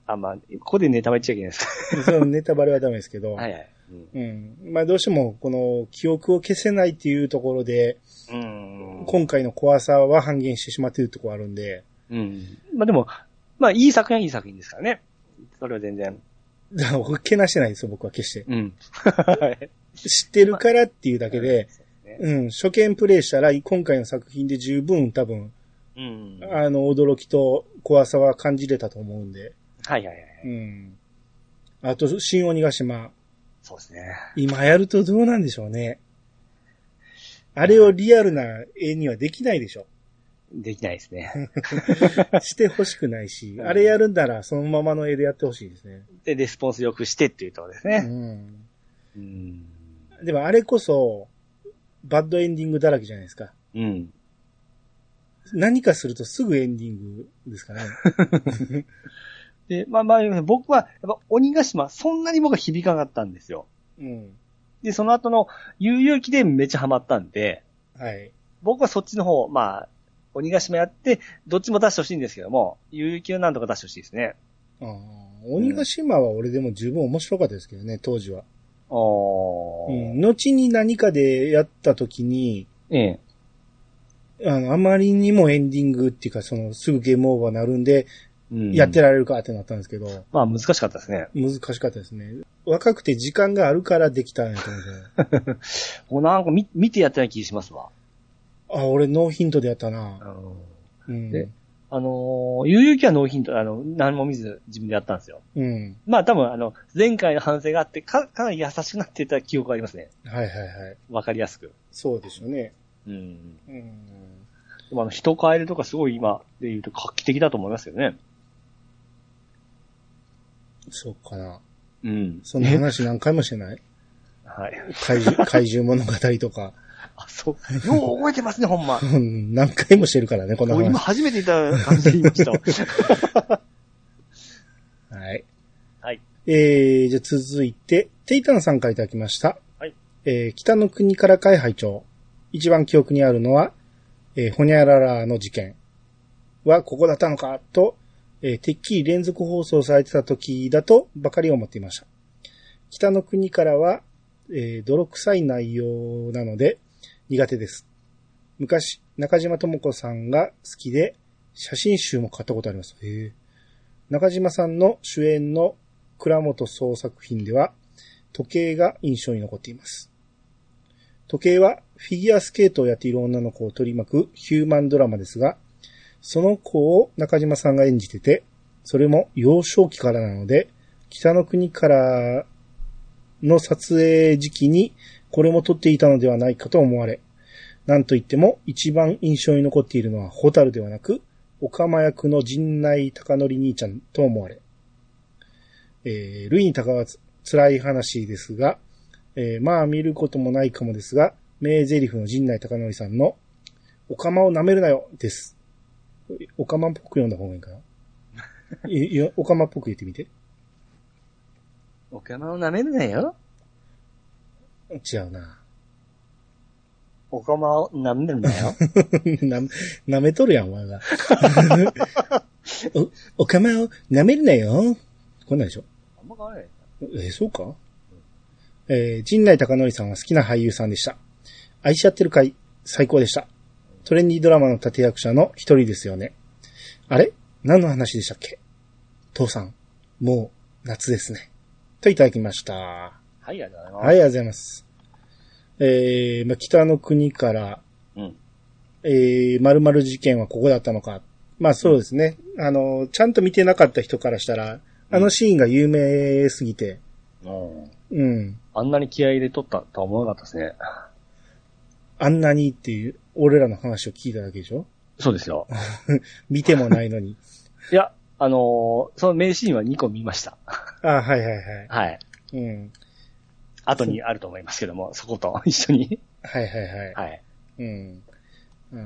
Speaker 2: あ、まあ、ここでネタバレ言っちゃいけないです
Speaker 1: そ
Speaker 2: か。
Speaker 1: のネタバレはダメですけど、
Speaker 2: はいはい。うん
Speaker 1: うん。まあどうしてもこの記憶を消せないっていうところで、
Speaker 2: うん。
Speaker 1: 今回の怖さは半減してしまっているところあるんで、
Speaker 2: うん。まあでも、まあいい作品はいい作品ですからね。それは全然。
Speaker 1: だから僕、けなしてないですよ、僕は決して。
Speaker 2: うん。
Speaker 1: 知ってるからっていうだけで、
Speaker 2: ね
Speaker 1: うん、初見プレイしたら、今回の作品で十分多分、
Speaker 2: うん。はい
Speaker 1: あの、驚きと怖さは感じれたと思うんで。
Speaker 2: はいはい。
Speaker 1: うん。あと、新鬼ヶ島。
Speaker 2: そうですね。
Speaker 1: 今やるとどうなんでしょうね。あれをリアルな絵にはできないでしょ。
Speaker 2: できないです ね。
Speaker 1: してほしくないし、あれやるならそのままの絵でやってほしいですね。
Speaker 2: で、レスポンスよくしてっていうところです
Speaker 1: う
Speaker 2: ね。
Speaker 1: ん。
Speaker 2: うん。
Speaker 1: でもあれこそ、バッドエンディングだらけじゃないですか。
Speaker 2: うん。
Speaker 1: 何かするとすぐエンディングです からね。
Speaker 2: で、まあまあ、僕は、やっぱ鬼ヶ島、そんなに僕は響かなかったんですよ。
Speaker 1: うん。
Speaker 2: で、その後の悠々記でめっちゃハマったんで、
Speaker 1: はい。
Speaker 2: 僕はそっちの方、まあ、鬼ヶ島やって、どっちも出してほしいんですけども、悠々記をなんとか出してほしいですね。
Speaker 1: あー鬼ヶ島は俺でも十分面白かったですけどね、当時は。
Speaker 2: お
Speaker 1: う
Speaker 2: ー。
Speaker 1: ん、後に何かでやった時に、
Speaker 2: ええ。
Speaker 1: あの、あまりにもエンディングっていうか、その、すぐゲームオーバーなるんで、
Speaker 2: うん
Speaker 1: やってられるかってなったんですけど、
Speaker 2: まあ難しかったですね。
Speaker 1: 難しかったですね。若くて時間があるからできたんやと思うん ですよ
Speaker 2: もうなんか見見てやってない気しますわ。
Speaker 1: あ、俺ノーヒントでやったな。
Speaker 2: の
Speaker 1: うん。
Speaker 2: であのー、悠々記はノーヒント、あの、何も見ず自分でやったんですよ。
Speaker 1: うん。
Speaker 2: まあ多分あの、前回の反省があって、か、かなり優しくなってた記憶がありますね。
Speaker 1: はいはいはい。
Speaker 2: わかりやすく。
Speaker 1: そうでしょうね。
Speaker 2: うん。で
Speaker 1: うん。
Speaker 2: もあの、人変えるとかすごい今で言うと画期的だと思いますよね。
Speaker 1: そうかな。
Speaker 2: うん。
Speaker 1: その話何回もして ない
Speaker 2: はい。
Speaker 1: 怪獣、怪獣物語とか。
Speaker 2: あ、そう。よう覚えてますね、ほんま。
Speaker 1: うん何回もしてるからね、この
Speaker 2: もう今
Speaker 1: 話。
Speaker 2: 初めていた感じで言いましたわ。
Speaker 1: はい。
Speaker 2: はい。
Speaker 1: えー、じゃあ続いて、テイタンさんからいただきました。
Speaker 2: はい。
Speaker 1: えー、北の国から会拝長。一番記憶にあるのは、えー、ホニャララの事件はここだったのかと、えー、てっきり連続放送されてた時だとばかり思っていました。北の国からは、えー、泥臭い内容なので苦手です。昔、中島智子さんが好きで、写真集も買ったことあります。へー中島さんの主演の倉本総作品では、時計が印象に残っています。時計はフィギュアスケートをやっている女の子を取り巻くヒューマンドラマですが、その子を中島さんが演じてて、それも幼少期からなので、北の国からの撮影時期にこれも撮っていたのではないかと思われ、なんといっても一番印象に残っているのはホタルではなく、オカマ役の陣内隆則兄ちゃんと思われ、えー、ルイに高はつ辛い話ですが、えーまあ見ることもないかもですが、名台詞の陣内隆則さんの、おかまを舐めるなよ、です。おかまっぽく読んだ方がいいかないいや、おかまっぽく言ってみて。
Speaker 2: お釜を舐めるなよ。
Speaker 1: 違うな。
Speaker 2: お釜を舐めるなよ。
Speaker 1: な、舐めとるやん、お前が。 お、おかまを舐めるなよ。こんなんでしょ。
Speaker 2: あんま変わらない。
Speaker 1: え、そうかえー、陣内隆則さんは好きな俳優さんでした。愛し合ってる回、最高でした。トレンディードラマの立役者の一人ですよね。あれ何の話でしたっけ父さん、もう夏ですね。といただきました。
Speaker 2: はい、ありがとうご
Speaker 1: はい、あ
Speaker 2: ざいます。
Speaker 1: りがとうございます。えー、まあ、北の国から、
Speaker 2: うん
Speaker 1: えー、〇〇事件はここだったのか。まあそうですね。あの、ちゃんと見てなかった人からしたら、あのシーンが有名すぎて、
Speaker 2: うん。
Speaker 1: うん。
Speaker 2: あんなに気合い入れとったとは思わなかったですね。
Speaker 1: あんなにっていう、俺らの話を聞いただけでしょ
Speaker 2: そうですよ。
Speaker 1: 見てもないのに。
Speaker 2: いや、あのーその名シーンは2個見ました。
Speaker 1: あはいはいはい。
Speaker 2: はい。
Speaker 1: うん。
Speaker 2: 後にあると思いますけど も、そこと一緒に。
Speaker 1: はいはいはい。
Speaker 2: はい。
Speaker 1: うん。うー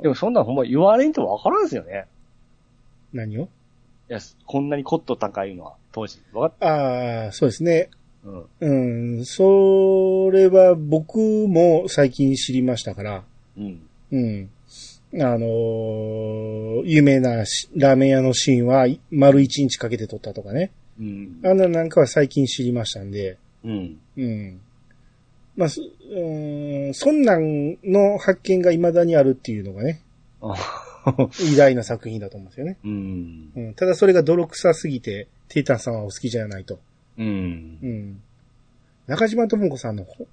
Speaker 1: ん
Speaker 2: でもそんなのほんま言われんとわからんですよね。
Speaker 1: 何を
Speaker 2: いや、こんなにコット高いのは当時。わかっ
Speaker 1: ああ、そうですね。
Speaker 2: うん。
Speaker 1: うん、それは僕も最近知りましたから、
Speaker 2: うん。
Speaker 1: うん。あのー有名なしラーメン屋のシーンはい丸一日かけて撮ったとかね。
Speaker 2: うん。
Speaker 1: あんななんかは最近知りましたんで、
Speaker 2: うん。
Speaker 1: うん。まあ、そうん、そんなんの発見が未だにあるっていうのがね、偉大な作品だと思うんですよね。
Speaker 2: うん。
Speaker 1: うん、ただそれが泥臭すぎて、テータンさんはお好きじゃないと。
Speaker 2: うん
Speaker 1: う。ん。中島智子さんのほ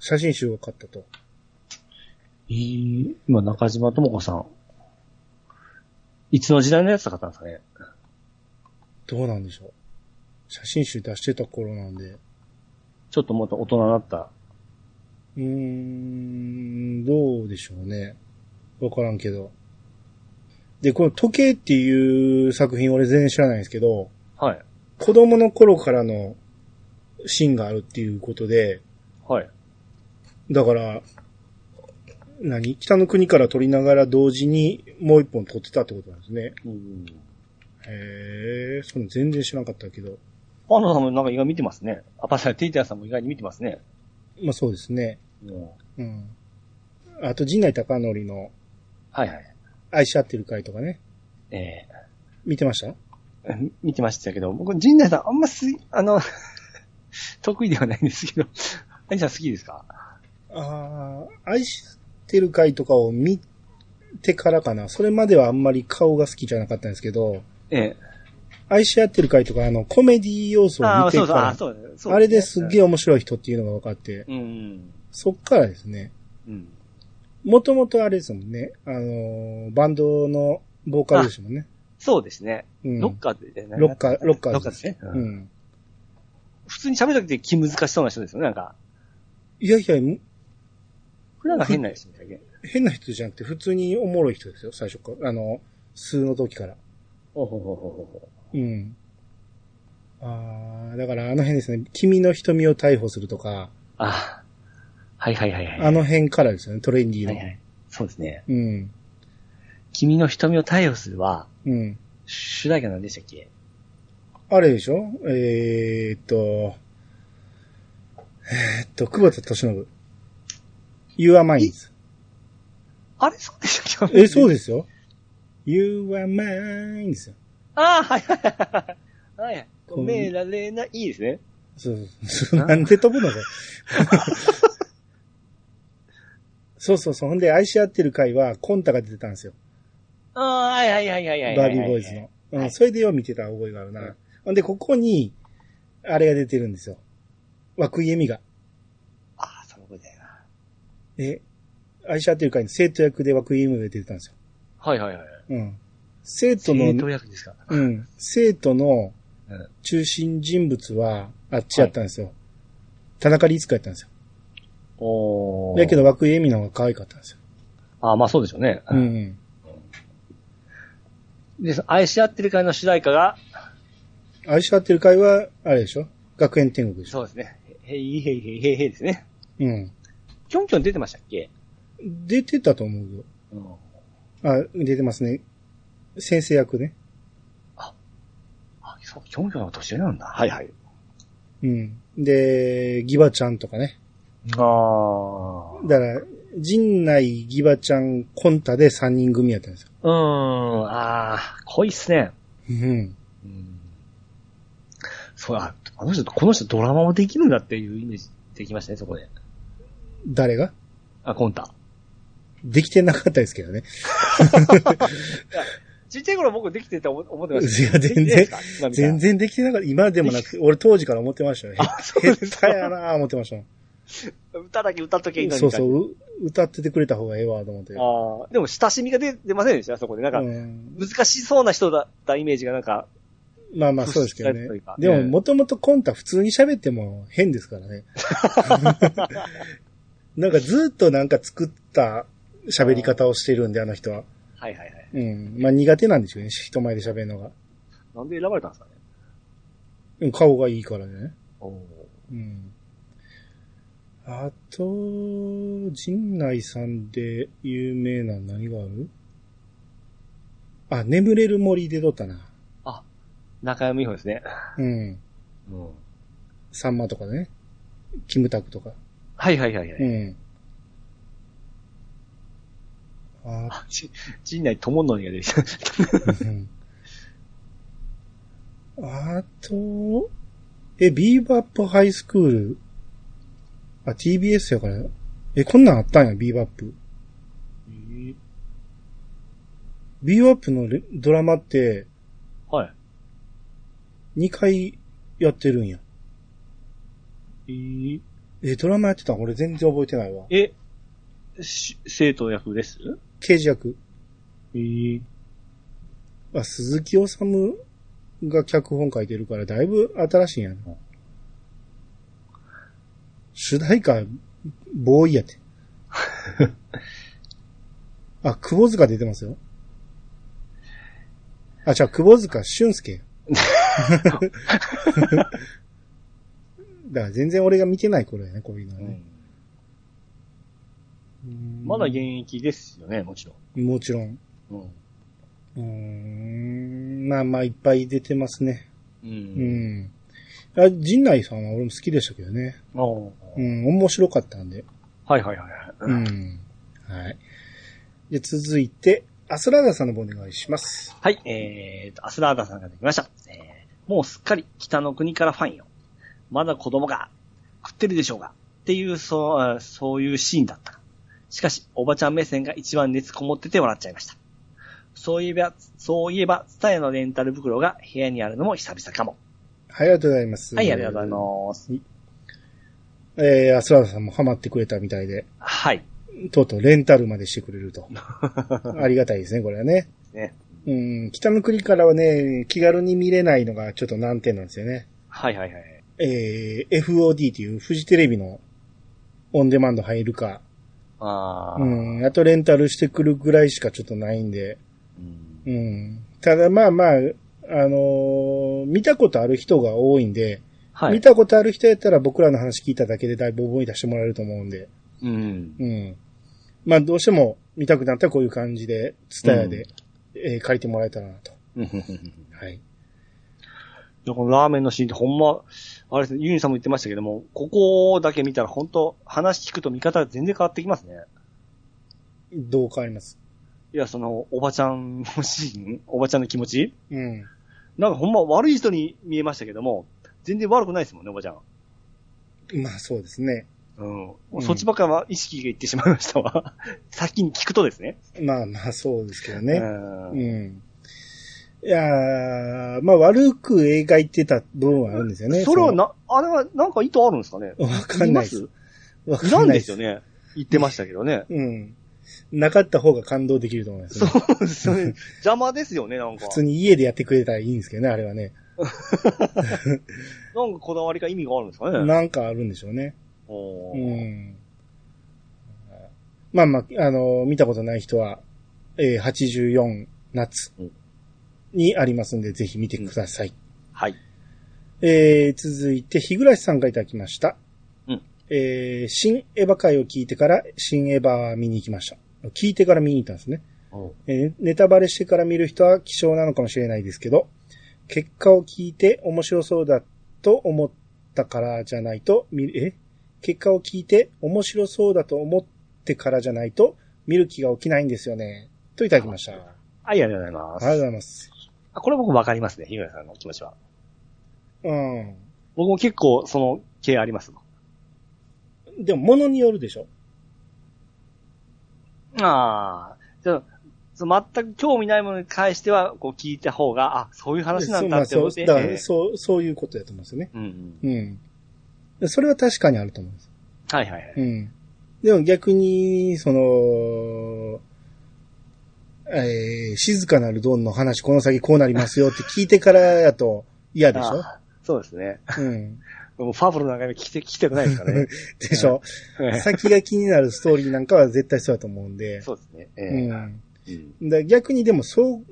Speaker 1: 写真集を買ったと。
Speaker 2: えー今、中島智子さん。いつの時代のやつだったんですかね。
Speaker 1: どうなんでしょう。写真集出してた頃なんで。
Speaker 2: ちょっともっと大人になった。
Speaker 1: うーん、どうでしょうね。わからんけど。で、この時計っていう作品俺全然知らないんですけど、
Speaker 2: はい。
Speaker 1: 子供の頃からのシーンがあるっていうことで、
Speaker 2: はい。
Speaker 1: だから、何北の国から撮りながら同時にもう一本撮ってたってことなんですね。
Speaker 2: うん。
Speaker 1: へえ、その全然知らなかったけど。
Speaker 2: パンダさんもなんか意外に見てますね。あ、パンダさん、ティーターさんも意外に見てますね。
Speaker 1: まあそうですね。
Speaker 2: うん。
Speaker 1: うん。あと、陣内隆則の
Speaker 2: はいはい。
Speaker 1: 愛し合ってる回とかね。
Speaker 2: え
Speaker 1: 見てました
Speaker 2: え見てましたけど、僕、陣内さん、あんますい、あの、 得意ではないんですけど、 アイさん好きですか
Speaker 1: ああ、愛してる回とかを見てからかな。それまではあんまり顔が好きじゃなかったんですけど、
Speaker 2: ええ。
Speaker 1: 愛し合ってる回とか、あの、コメディ要素を
Speaker 2: あ
Speaker 1: 見
Speaker 2: あ、
Speaker 1: て
Speaker 2: そう
Speaker 1: か
Speaker 2: そう、あ
Speaker 1: ら、
Speaker 2: あ、
Speaker 1: あ
Speaker 2: そうそうですね。
Speaker 1: れですっげえ
Speaker 2: え。
Speaker 1: 面白い人っていうのが分かって、
Speaker 2: うん。
Speaker 1: そっからですね。
Speaker 2: うん。
Speaker 1: もともとあれですもんね。あのーバンドのボーカルですもんね。
Speaker 2: そうですね。
Speaker 1: うん。
Speaker 2: ロッカーで、
Speaker 1: ロッカーロッカーズ
Speaker 2: ロッカーですね。
Speaker 1: う
Speaker 2: うん
Speaker 1: ん。
Speaker 2: 普通に喋るだけで気難しそうな人ですよね、なんか。
Speaker 1: いやいや、む
Speaker 2: 普段が変な人みたいな。
Speaker 1: 変な人じゃなくて、普通におもろい人ですよ、最初から。あの、数の時から。
Speaker 2: ほうほうほうほ
Speaker 1: うん。ああ、だからあの辺ですね。君の瞳を逮捕するとか、
Speaker 2: う。ああ。はいはいはいはい。
Speaker 1: あの辺からですよね、トレンディー
Speaker 2: は
Speaker 1: の。
Speaker 2: いはい。そうですね。
Speaker 1: うん。
Speaker 2: 君の瞳を逮捕するは、
Speaker 1: うん。
Speaker 2: 主題歌なんでしたっけ
Speaker 1: あれでしょえー、っと、えー、っと、久保田敏信。You are mine.
Speaker 2: あれそうでしたっけ
Speaker 1: え、そう
Speaker 2: で
Speaker 1: です
Speaker 2: す。
Speaker 1: よ。You are mine ですよ。
Speaker 2: ああ、はいはいはいはい。はい。止められない、いいですね。
Speaker 1: そうそうそう。なんで飛ぶのそれそうそうそう。ほんで、愛し合ってる回は、コンタが出てたんですよ。
Speaker 2: ああ、はいはいはいはいはい。
Speaker 1: バービーボーイズの。。う
Speaker 2: は
Speaker 1: ん、
Speaker 2: い
Speaker 1: それでよう見てた覚えがある
Speaker 2: うん
Speaker 1: な。ほんで、ここに、あれが出てるんですよ。涌井絵美が。
Speaker 2: ああ、そのことだよな。
Speaker 1: え、愛し合ってる会の生徒役で涌井絵美が出てたんですよ。
Speaker 2: はいはいはい。
Speaker 1: うん。生徒
Speaker 2: 正当
Speaker 1: の、
Speaker 2: 役ですか
Speaker 1: うん、生徒の
Speaker 2: うん
Speaker 1: 中心人物は、あっちやったんですよ。田中律子やったんですよ。
Speaker 2: お
Speaker 1: だけど、涌井絵美の方が可愛かったんですよ。
Speaker 2: ああ、まあそうでしょうね。
Speaker 1: う。ん。
Speaker 2: で、その愛し合ってる会の主題歌が、
Speaker 1: 愛し合ってる会は、あれでしょ学園天国でしょ
Speaker 2: そうですね。へいへいへいへいへいですね。
Speaker 1: うん。
Speaker 2: キョンキョン出てましたっけ
Speaker 1: 出てたと思うよ。
Speaker 2: うん
Speaker 1: あ、出てますね。先生役ね。
Speaker 2: あ、そう、キョンキョンの年上なんだ。はいはい。
Speaker 1: うん。で、ギバちゃんとかね。
Speaker 2: ああ。
Speaker 1: だから、陣内、ギバちゃん、コンタで3人組やったんですよ。
Speaker 2: うーん、ああ、濃いっすね。
Speaker 1: うん。
Speaker 2: うん。そう、あ、あの人、この人ドラマもできるんだっていうイメージできましたね、そこで。
Speaker 1: 誰が
Speaker 2: あ、コンタ。
Speaker 1: できてなかったですけどね。
Speaker 2: ちっちゃい頃僕できてた思思ってま
Speaker 1: い
Speaker 2: した
Speaker 1: や、
Speaker 2: けど。
Speaker 1: 全然
Speaker 2: できてないです
Speaker 1: 全
Speaker 2: か。今見たら
Speaker 1: 然できてなかった。今でもなくて、俺当時から思ってましたよ。
Speaker 2: あ、そう
Speaker 1: 下
Speaker 2: です
Speaker 1: 手
Speaker 2: か。
Speaker 1: やなぁ思ってましたもん。
Speaker 2: 歌だけ歌っときゃいいのに。
Speaker 1: そうそう、う歌っててくれた方がええわと思って。
Speaker 2: ああ、でも親しみが出出ませんでした、そこで。なんか、
Speaker 1: うん
Speaker 2: 難しそうな人だったイメージがなんか、
Speaker 1: まあまあそうですけど
Speaker 2: 不思議とい
Speaker 1: ね
Speaker 2: うか。
Speaker 1: でも、もともとコンタ普通に喋っても変ですから ね。なんかずっとなんか作った喋り方をしてるんで、あの人は。
Speaker 2: はいはいはい。
Speaker 1: うん。まあ苦手なんでしょうね、人前で喋るのが。
Speaker 2: なんで選ばれたんですかね。
Speaker 1: うん顔がいいからね。
Speaker 2: おー
Speaker 1: うん。あと、陣内さんで有名な何があるあ、眠れる森で撮ったな。
Speaker 2: 中山美穂ですね。
Speaker 1: うん。
Speaker 2: うん。
Speaker 1: サンマとかね。キムタクとか。
Speaker 2: はいはいはいは
Speaker 1: う
Speaker 2: い。
Speaker 1: ん。あ
Speaker 2: あち陣内智則が出てき
Speaker 1: う
Speaker 2: た。
Speaker 1: んあと、え、ビーバップハイスクール。あ、TBS やから。え、こんなんあったんや、ビーバップ。ビーバップのレドラマって
Speaker 2: はい。
Speaker 1: 2回やってるんや。え、ドラマやってたん俺全然覚えてないわ。
Speaker 2: え、し生徒役です
Speaker 1: 刑事役。
Speaker 2: えー、
Speaker 1: あ、鈴木治が脚本書いてるから、だいぶ新しいんやな。主題歌、ボーイや って。あ、久保塚出てますよ。あ、じゃあ、久保塚俊 介。 だから全然俺が見てない頃やね、こういうのはね。
Speaker 2: まだ現役ですよね、もちろ
Speaker 1: もちろん。
Speaker 2: ん。
Speaker 1: うーん、まあまあ、いっぱい出てますね。
Speaker 2: う。
Speaker 1: うんん。あ、陣内さんは俺も好きでしたけどね。
Speaker 2: あー
Speaker 1: うん、面白かったんで。
Speaker 2: はいはいはいはい。
Speaker 1: うん。はい。で、続いて、アスラーダさんの方お願いします。
Speaker 2: はい、えーと、アスラーダさんができました。えーもうすっかり北の国からファンよ。まだ子供が食ってるでしょうが。っていう、そうあー、そういうシーンだった。しかし、おばちゃん目線が一番熱こもってて笑っちゃいました。そういえば、そういえば、ツタヤのレンタル袋が部屋にあるのも久々かも。
Speaker 1: はい、ありがとうございます。
Speaker 2: はい、ありがとうございます。
Speaker 1: ざいます。えー、アスラーダさんもハマってくれたみたいで、
Speaker 2: はい。
Speaker 1: とうとうレンタルまでしてくれ ると。ありがたいですね、これはね。
Speaker 2: ね。
Speaker 1: うん、北の国からはね、気軽に見れないのがちょっと難点なんですよね。
Speaker 2: はいはいはい。
Speaker 1: えー、FOD っていうフジテレビのオンデマンド入るか、
Speaker 2: あー。
Speaker 1: うん、あとレンタルしてくるぐらいしかちょっとないんで、
Speaker 2: うん
Speaker 1: うん。ただまあまあ、あのー見たことある人が多いんで、
Speaker 2: は
Speaker 1: 見
Speaker 2: い。
Speaker 1: たことある人やったら僕らの話聞いただけでだいぶ覚え出してもらえると思うんで、
Speaker 2: うん。
Speaker 1: うん。まあどうしても見たくなったらこういう感じで、ツタヤで、えー借りてもらえたらなと。はい。
Speaker 2: でこのラーメンのシーンってほんま、あれですね、ユニさんも言ってましたけども、ここだけ見たら本当話聞くと見方が全然変わってきますね。
Speaker 1: どう変わります
Speaker 2: いや、その、おばちゃんのシーンおばちゃんの気持ち
Speaker 1: うん。
Speaker 2: なんかほんま悪い人に見えましたけども、全然悪くないですもんね、おばちゃん。
Speaker 1: まあそうですね。
Speaker 2: うん。
Speaker 1: うん
Speaker 2: そっちばっかは意識がいってしまいましたわ。 先に聞くとですね。
Speaker 1: まあまあそうですけど
Speaker 2: う
Speaker 1: ね。
Speaker 2: ん
Speaker 1: うん。いやーまあ悪く描いてた部分はあるんですよね。
Speaker 2: それは
Speaker 1: の
Speaker 2: な、あれはなんか意図あるんですかね
Speaker 1: わかんないです。わか
Speaker 2: いら
Speaker 1: ん
Speaker 2: ん
Speaker 1: ない
Speaker 2: ですよ。ね。言ってましたけどね。
Speaker 1: うん。なかった方が感動できると思います、
Speaker 2: そ
Speaker 1: ね。
Speaker 2: うですよね。邪魔ですよね、なんか。
Speaker 1: 普通に家でやってくれたらいいんですけどね、あれはね。
Speaker 2: なんかこだわりか意味があるんですかね。
Speaker 1: なんかあるんでしょうね。
Speaker 2: お
Speaker 1: う
Speaker 2: ー
Speaker 1: ん。まあまあ、あの、見たことない人は、えー84夏にありますんで、ぜひ見てください。
Speaker 2: はい。
Speaker 1: えー、続いて、日暮さんがいただきました。
Speaker 2: うん
Speaker 1: えー、新エヴァ回を聞いてから、新エヴァ見に行きました。聞いてから見に行ったんですね。
Speaker 2: うん。
Speaker 1: えーネタバレしてから見る人は希少なのかもしれないですけど、結果を聞いて面白そうだと思ったからじゃないと、見るえ結果を聞いて面白そうだと思ってからじゃないと、見る気が起きないんですよね。といただきました。あり
Speaker 2: はい、ありがとうございます。
Speaker 1: がとうございます。
Speaker 2: あこれ僕わかりますね、日村さんの気持ちは。
Speaker 1: うん。
Speaker 2: 僕も結構その系ありますも
Speaker 1: でも、物によるでしょ
Speaker 2: ん。ああ。じゃあその全く興味ないものに関しては、こう聞いた方が、あ、そういう話なんだって
Speaker 1: そ
Speaker 2: 思
Speaker 1: う
Speaker 2: って。
Speaker 1: まあそうだか
Speaker 2: ええ
Speaker 1: ら、そう、そういうことだと思うんですよね。
Speaker 2: うんうん。
Speaker 1: うん。それは確かにあると思うんです。
Speaker 2: はいはいはい。
Speaker 1: うん。でも逆に、その、えー静かなるドンの話、この先こうなりますよって聞いてからやと嫌でしょ
Speaker 2: ああそうですね。
Speaker 1: うん。
Speaker 2: もうファブルの中身聞きて、聞きたくないですか らね。
Speaker 1: でしょ先が気になるストーリーなんかは絶対そうだと思うんで。
Speaker 2: そうですね。え
Speaker 1: う
Speaker 2: え
Speaker 1: ん。
Speaker 2: うん
Speaker 1: だから逆にでもそ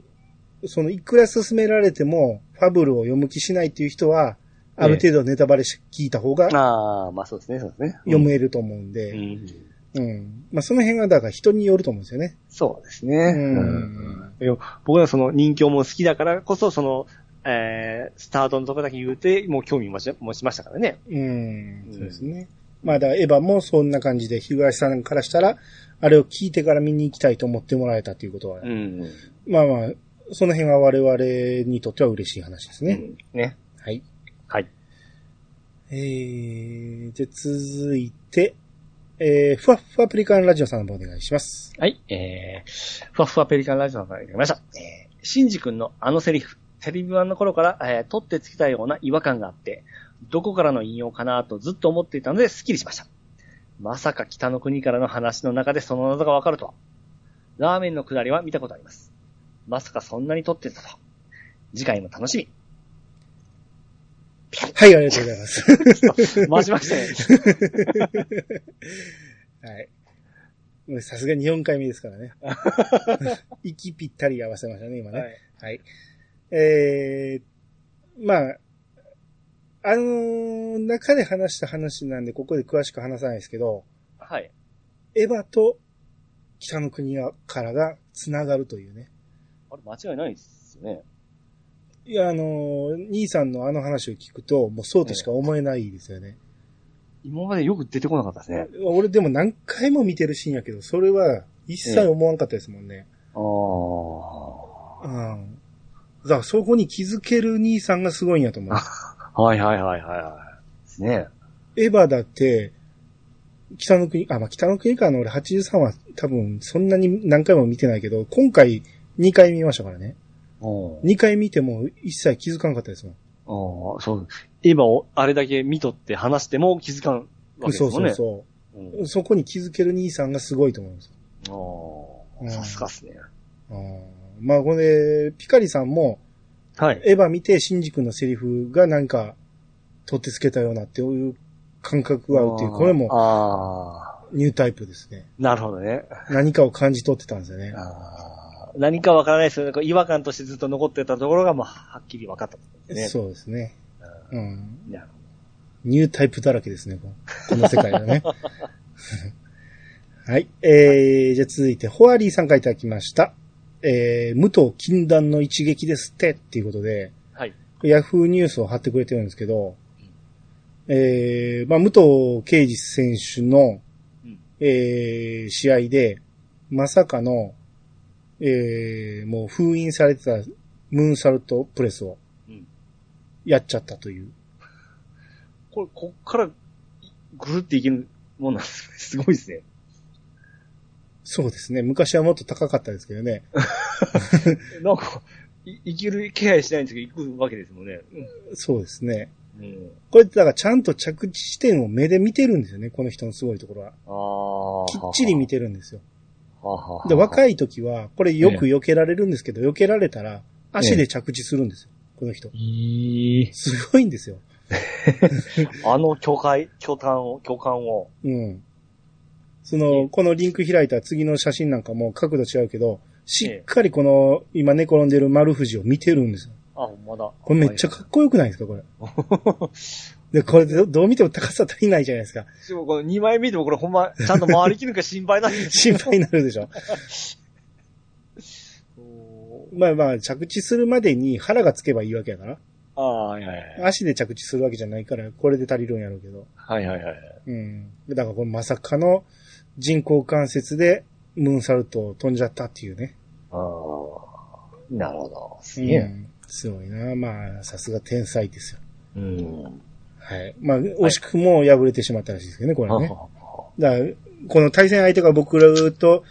Speaker 1: う、その、いくら勧められても、ファブルを読む気しないっていう人は、ある程度ネタバレし聞いた方が
Speaker 2: ああ、まあそうですね、そうですね。
Speaker 1: 読めると思うん
Speaker 2: う
Speaker 1: で。
Speaker 2: ん。
Speaker 1: うん。まあその辺はだから人によると思うんですよね。
Speaker 2: そうですね。
Speaker 1: うん
Speaker 2: いや僕はその人形も好きだからこそ、その、えー、スタートのとこだけ言うて、もう興味持ち持ちましたからね。
Speaker 1: うん
Speaker 2: うん
Speaker 1: そうですね。まあ、だからエヴァもそんな感じで、東さんからしたら、あれを聞いてから見に行きたいと思ってもらえたということは、
Speaker 2: ん。
Speaker 1: まあまあ、その辺は我々にとっては嬉しい話です
Speaker 2: う
Speaker 1: ね。
Speaker 2: んね。
Speaker 1: はい。
Speaker 2: はい。
Speaker 1: えー、で、続いて、えー、ふわっふわプリカンラジオさんの方お願いします。
Speaker 2: はい。えー、ふわふわペリカンラジオさんからいただきました。えー、シンジ君のあのセリフ、テレビ版の頃から、えー取ってつけたような違和感があって、どこからの引用かなとずっと思っていたので、スッキリしました。まさか北の国からの話の中でその謎がわかるとは。ラーメンのくだりは見たことあります。まさかそんなに取ってたとは。次回も楽しみ。
Speaker 1: はい、ありがとうございます。
Speaker 2: 回しましたね。
Speaker 1: はい。もうさすがに4回目ですから ね。息ぴったり合わせましたね、今ね。はい。えー、まあ、あのー中で話した話なんで、ここで詳しく話さないですけど、
Speaker 2: はい。
Speaker 1: エヴァと北の国からが繋がるというね。
Speaker 2: あれ、間違いないですよね。
Speaker 1: いや、あのー兄さんのあの話を聞くと、もうそうとしか思えないですよね。
Speaker 2: 今までよく出てこなかったですね。
Speaker 1: 俺でも何回も見てるシーンやけど、それは一切思わんかったですもんね。
Speaker 2: ああ。
Speaker 1: うん。だからそこに気づける兄さんがすごいんやと思う。
Speaker 2: はいはいはいはいはい。ですね。
Speaker 1: エヴァだって、北の国、あ、まあ、北の国からの俺83は多分そんなに何回も見てないけど、今回2回見ましたからね。
Speaker 2: うん。
Speaker 1: 2回見ても一切気づかなかったですもん。
Speaker 2: ああ、そう。今をあれだけ見とって話しても気づかんわけです
Speaker 1: そう
Speaker 2: も
Speaker 1: そう
Speaker 2: んね。
Speaker 1: そ
Speaker 2: うん
Speaker 1: う。そこに気づける兄さんがすごいと思います。
Speaker 2: あ
Speaker 1: う
Speaker 2: あ。
Speaker 1: ん
Speaker 2: さすがっすね。
Speaker 1: うんまあ、これ、ピカリさんも、
Speaker 2: はい。
Speaker 1: エヴァ見て、シンジ君のセリフがなんか、取ってつけたようなっていう感覚があるっていう、これも
Speaker 2: ああ。
Speaker 1: ニュータイプですね。
Speaker 2: なるほどね。
Speaker 1: 何かを感じ取ってたんですよね。
Speaker 2: ああ。何かわからないですよね。こう違和感としてずっと残ってたところが、まあ、はっきり分かったことですね。
Speaker 1: そうですね。うん。
Speaker 2: いや
Speaker 1: ニュータイプだらけですね、ここの世界は ね。はい。えー、じゃあ続いて、ホアリーさんからいただきました。えー、武藤禁断の一撃ですって、っていうことで、
Speaker 2: はい。
Speaker 1: ヤフーニュースを貼ってくれてるんですけど、えー、まあ、武藤敬司選手の
Speaker 2: うん、
Speaker 1: えー、試合で、まさかの、えー、もう封印されてたムーンサルトプレスを
Speaker 2: うん、
Speaker 1: やっちゃったという。
Speaker 2: これ、こっから、ぐるっていけるもんなんですね。 すごいですね。
Speaker 1: そうですね。昔はもっと高かったですけどね。
Speaker 2: なんか、い、いける気配しないんですけど、行くわけですもんね。
Speaker 1: そうですね。
Speaker 2: うん。
Speaker 1: これってだからちゃんと着地地点を目で見てるんですよね。この人のすごいところは。
Speaker 2: あ
Speaker 1: きっちり見
Speaker 2: て、
Speaker 1: てるんですよ。
Speaker 2: ははは
Speaker 1: で、若
Speaker 2: い。
Speaker 1: い時は、これよく避けられるんですけど、避けられたら足で着地するんですよ。この人。
Speaker 2: いい
Speaker 1: すごいんですよ。
Speaker 2: あの巨海、巨炭を、巨漢を。
Speaker 1: うん。その、このリンク開いた次の写真なんかも角度違うけど、しっかりこの、今寝転んでる丸富士を見てるんですよ。
Speaker 2: ああ、ほんまだ。
Speaker 1: これめっちゃかっこよくないですか、これ。 で、これどどう見ても高さ足りないじゃないですか。
Speaker 2: でもこの2枚目でもこれほんま、ちゃんと回りきるか心配なんです
Speaker 1: 心 配になるでしょ。
Speaker 2: けど。
Speaker 1: まあまあ、着地するまでに腹がつけばいいわけやから。
Speaker 2: ああ、はいはいはい。
Speaker 1: 足で着地するわけじゃないから、これで足りるんやろうけど。
Speaker 2: はいはいはい。
Speaker 1: うん。だからこれまさかの人工関節でムーンサルトを飛んじゃったっていうね。
Speaker 2: ああ、なるほど。す
Speaker 1: う。ん。すごいな。まあ、さすが天才ですよ。
Speaker 2: うん。
Speaker 1: はい。まあ、惜しくも敗れてしまったらしいですけどね、これね。
Speaker 2: は
Speaker 1: だから、この対戦相手が僕らと、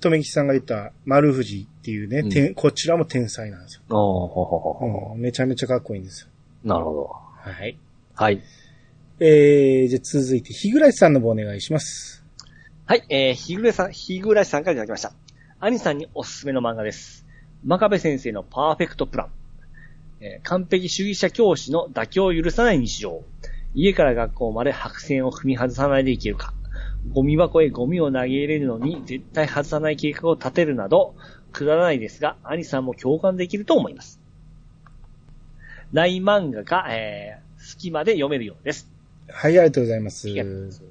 Speaker 1: とめきさんが言った丸藤っていうね、
Speaker 2: うん
Speaker 1: 天こちらも天才なんですよ、
Speaker 2: あ
Speaker 1: う
Speaker 2: は
Speaker 1: ん。めちゃめちゃかっこいいんですよ。
Speaker 2: なるほど。
Speaker 1: はい。
Speaker 2: はい。
Speaker 1: えー、じゃあ続いて、日暮さんの方お願いします。
Speaker 2: はい、えー、ひぐれさん、ひぐらしさんからいただきました。兄さんにおすすめの漫画です。真壁先生のパーフェクトプラン。えー完璧主義者教師の妥協を許さない日常。家から学校まで白線を踏み外さないでいけるか。ゴミ箱へゴミを投げ入れるのに絶対外さない計画を立てるなど、くだらないですが、兄さんも共感できると思います。ライン漫画が、えー、隙間で読めるようです。
Speaker 1: はい、ありがとうございます。
Speaker 2: ありがとうござい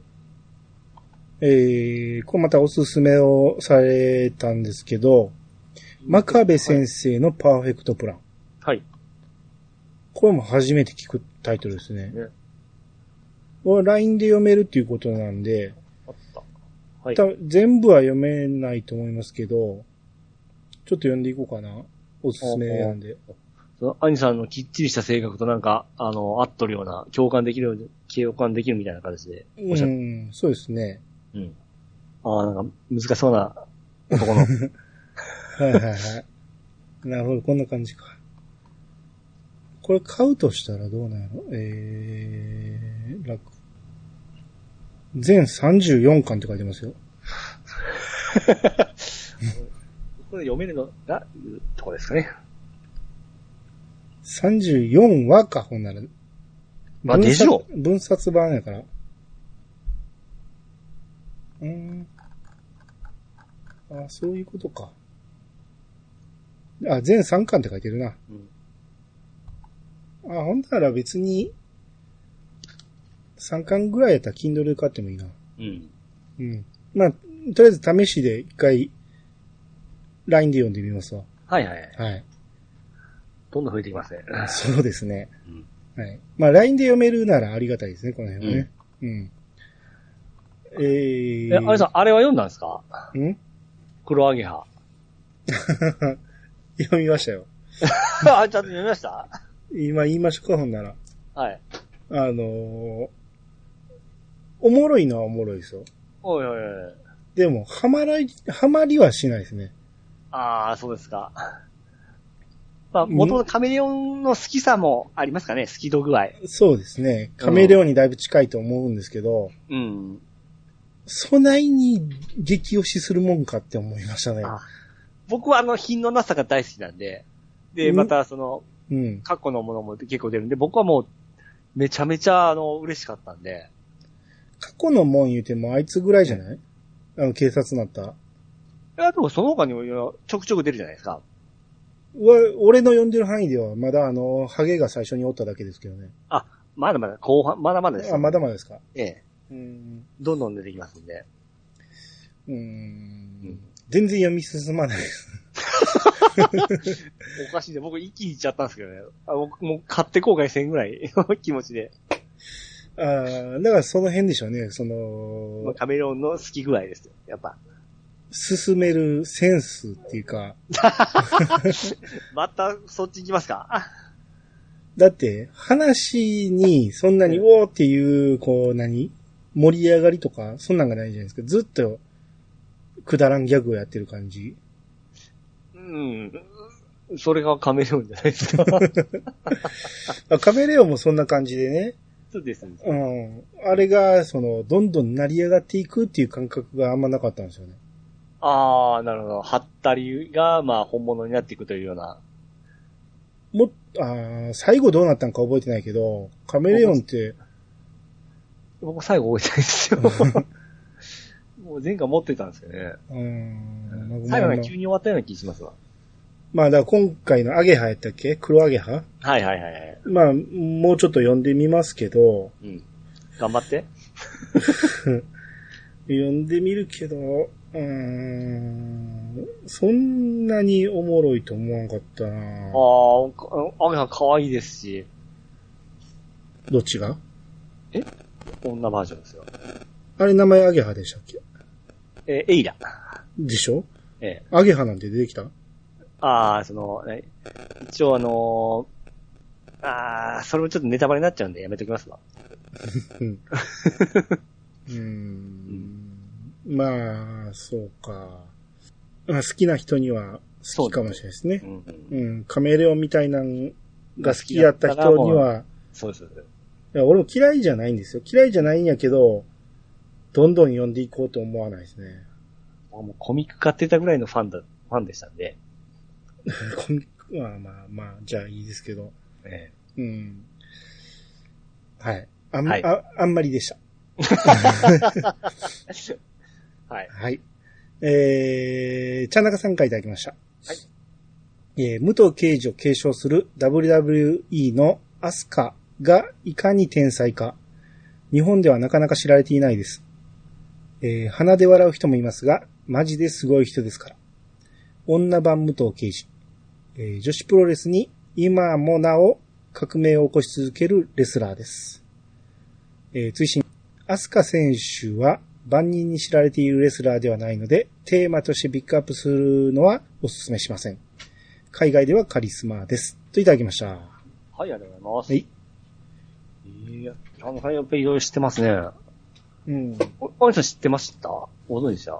Speaker 1: えー、これまたおすすめをされたんですけど、真壁先生のパーフェクトプラン。
Speaker 2: はい。
Speaker 1: これも初めて聞くタイトルですね。
Speaker 2: ね
Speaker 1: これ LINE で読めるっていうことなんで、
Speaker 2: あった。はい
Speaker 1: 多。分全部は読めないと思いますけど、ちょっと読んでいこうかな。おすすめなんで。
Speaker 2: その、兄さんのきっちりした性格となんか、あの、合っとるような、共感できるように、共感できるみたいな形で。おっし
Speaker 1: う
Speaker 2: ゃっ
Speaker 1: ん、そうですね。
Speaker 2: うん。ああ、なんか、難しそうな、 男の。
Speaker 1: はいはい はい。なるほど、こんな感じか。これ買うとしたらどうなんやろえー、楽。全34巻って書いてますよ。
Speaker 2: これ読めるのが、いうとこですかね。
Speaker 1: 34話か、ほんなら。
Speaker 2: まあ
Speaker 1: 分
Speaker 2: でしょ
Speaker 1: 冊分冊版やから。うーん。あ、そういうことか。あ、全3巻って書いてるな。
Speaker 2: うん。
Speaker 1: あ、ほんなら別に、3巻ぐらいやったら Kindle で買ってもいいな。
Speaker 2: うん。
Speaker 1: うん。まあ、とりあえず試しで一回、LINE で読んでみますわ。
Speaker 2: はいはい。
Speaker 1: はい。
Speaker 2: どんどん増えてきますね。
Speaker 1: そうですね。
Speaker 2: うん
Speaker 1: はい。まあ、LINE で読めるならありがたいですね、この辺はね。うん。えー、
Speaker 2: え、兄さん、あれは読んだんですか
Speaker 1: んん
Speaker 2: 黒アゲハ。
Speaker 1: 読みましたよ。
Speaker 2: あ、ちゃんと読みました
Speaker 1: 今言いましょうか、ほんなら。
Speaker 2: はい。
Speaker 1: あのーおもろいのはおもろいですよ。
Speaker 2: おいおいおい。
Speaker 1: でも、はまらい、はまりはしないですね。
Speaker 2: ああ、そうですか。まあ、元のカメレオンの好きさもありますかね好き度具合。
Speaker 1: そうですね。カメレオンにだいぶ近いと思うんですけど、
Speaker 2: うん。
Speaker 1: そないに激推しするもんかって思いましたね。
Speaker 2: あ僕はあの、品のなさが大好きなんで、で、
Speaker 1: うん
Speaker 2: またその、
Speaker 1: うん。
Speaker 2: 過去のものも結構出るんで、僕はもう、めちゃめちゃ、あの、嬉しかったんで、
Speaker 1: 過去のもん言うてもあいつぐらいじゃないあの、警察になった。
Speaker 2: いや、でもその他にもいろいろちょくちょく出るじゃないですか。
Speaker 1: うわ俺の読んでる範囲では、まだあの、ハゲが最初におっただけですけどね。
Speaker 2: まだまだ、後半、まだまだです。
Speaker 1: あ、まだまだですか。
Speaker 2: ええ。
Speaker 1: うん。
Speaker 2: どんどん出てきますんで。
Speaker 1: うん。全然読み進まないです。
Speaker 2: おかしいんで、僕一気にいっちゃったんですけどね。あ僕もう買って後悔せんぐらい 気持ちで、
Speaker 1: あーだからその辺でしょうね。そ
Speaker 2: まあ
Speaker 1: の、
Speaker 2: カメレオンの好き具合ですよ。やっぱ。
Speaker 1: 進めるセンスっていうか、
Speaker 2: また、そっち行きますかあ
Speaker 1: だって、話にそんなに、
Speaker 2: う
Speaker 1: おーっていう、こう、何盛り上がりとか、そんなんがないじゃないですか。ずっと、くだらんギャグをやってる感じ。
Speaker 2: うん。それがカメレオンじゃないで すか。
Speaker 1: あカメレオンもそんな感じでね。
Speaker 2: そうですね。
Speaker 1: うん。あれが、その、どんどん成り上がっていくっていう感覚があんまなかったんですよね。
Speaker 2: ああ、なるほど。ハッタリが、まあ、本物になっていくというような。
Speaker 1: もっ、あー最後どうなったんか覚えてないけど、カメレオンって、
Speaker 2: 僕、最後覚えて ないんですよ。もう前回持ってたんですけどね。
Speaker 1: うん。なんか
Speaker 2: 最後
Speaker 1: まあ
Speaker 2: が急に終わったような気しますわ。
Speaker 1: まあ、だから今回のアゲハやったっけ黒アゲハ
Speaker 2: はいはいはいはい。
Speaker 1: まあ、もうちょっと読んでみますけど、
Speaker 2: うん。頑張って。
Speaker 1: 読んでみるけど、うーん、そんなにおもろいと思わんかったな
Speaker 2: ああ、アゲハ可愛いですし、
Speaker 1: どっちが
Speaker 2: 女バージョンですよ。
Speaker 1: あれ名前アゲハでしたっけ
Speaker 2: えーエイラ。
Speaker 1: でしょ
Speaker 2: え
Speaker 1: アゲハなんて出てきた
Speaker 2: ーああ、その、ね一応あのーああ、それもちょっとネタバレになっちゃうんでやめときますわ。
Speaker 1: うん。うーん。まあ、そうか。まあ、好きな人には好きかもしれないですね
Speaker 2: う。ん。
Speaker 1: うん。カメレオンみたいなんが好きやった人には、
Speaker 2: そうです。
Speaker 1: いや俺も嫌いじゃないんですよ。嫌いじゃないんやけど、どんどん読んでいこうと思わないですね。
Speaker 2: もうコミック買ってたぐらいのファンだ、ファンでしたんで。
Speaker 1: こんまあまあまあ、じゃあいいですけど。
Speaker 2: え
Speaker 1: うん。はい。あん,、
Speaker 2: はい
Speaker 1: ああんまりでした。
Speaker 2: ー はい。
Speaker 1: はい。えー、ちゃんなかさんからいただきました。。
Speaker 2: はい
Speaker 1: えー、武藤刑事を継承する WWE のアスカがいかに天才か。日本ではなかなか知られていないです。えー、鼻で笑う人もいますが、マジですごい人ですから。女版武藤刑事。えー、女子プロレスに今もなお革命を起こし続けるレスラーです。えー、追伸アスカ選手は万人に知られているレスラーではないので、テーマとしてピックアップするのはお勧めしません。海外ではカリスマです。といただきました。
Speaker 2: はい、ありがとうございます。
Speaker 1: はい。
Speaker 2: いや、あの、はい、やっぱりいろいろ知ってますね。
Speaker 1: うん。い
Speaker 2: お、お兄さん知ってましたご存知でした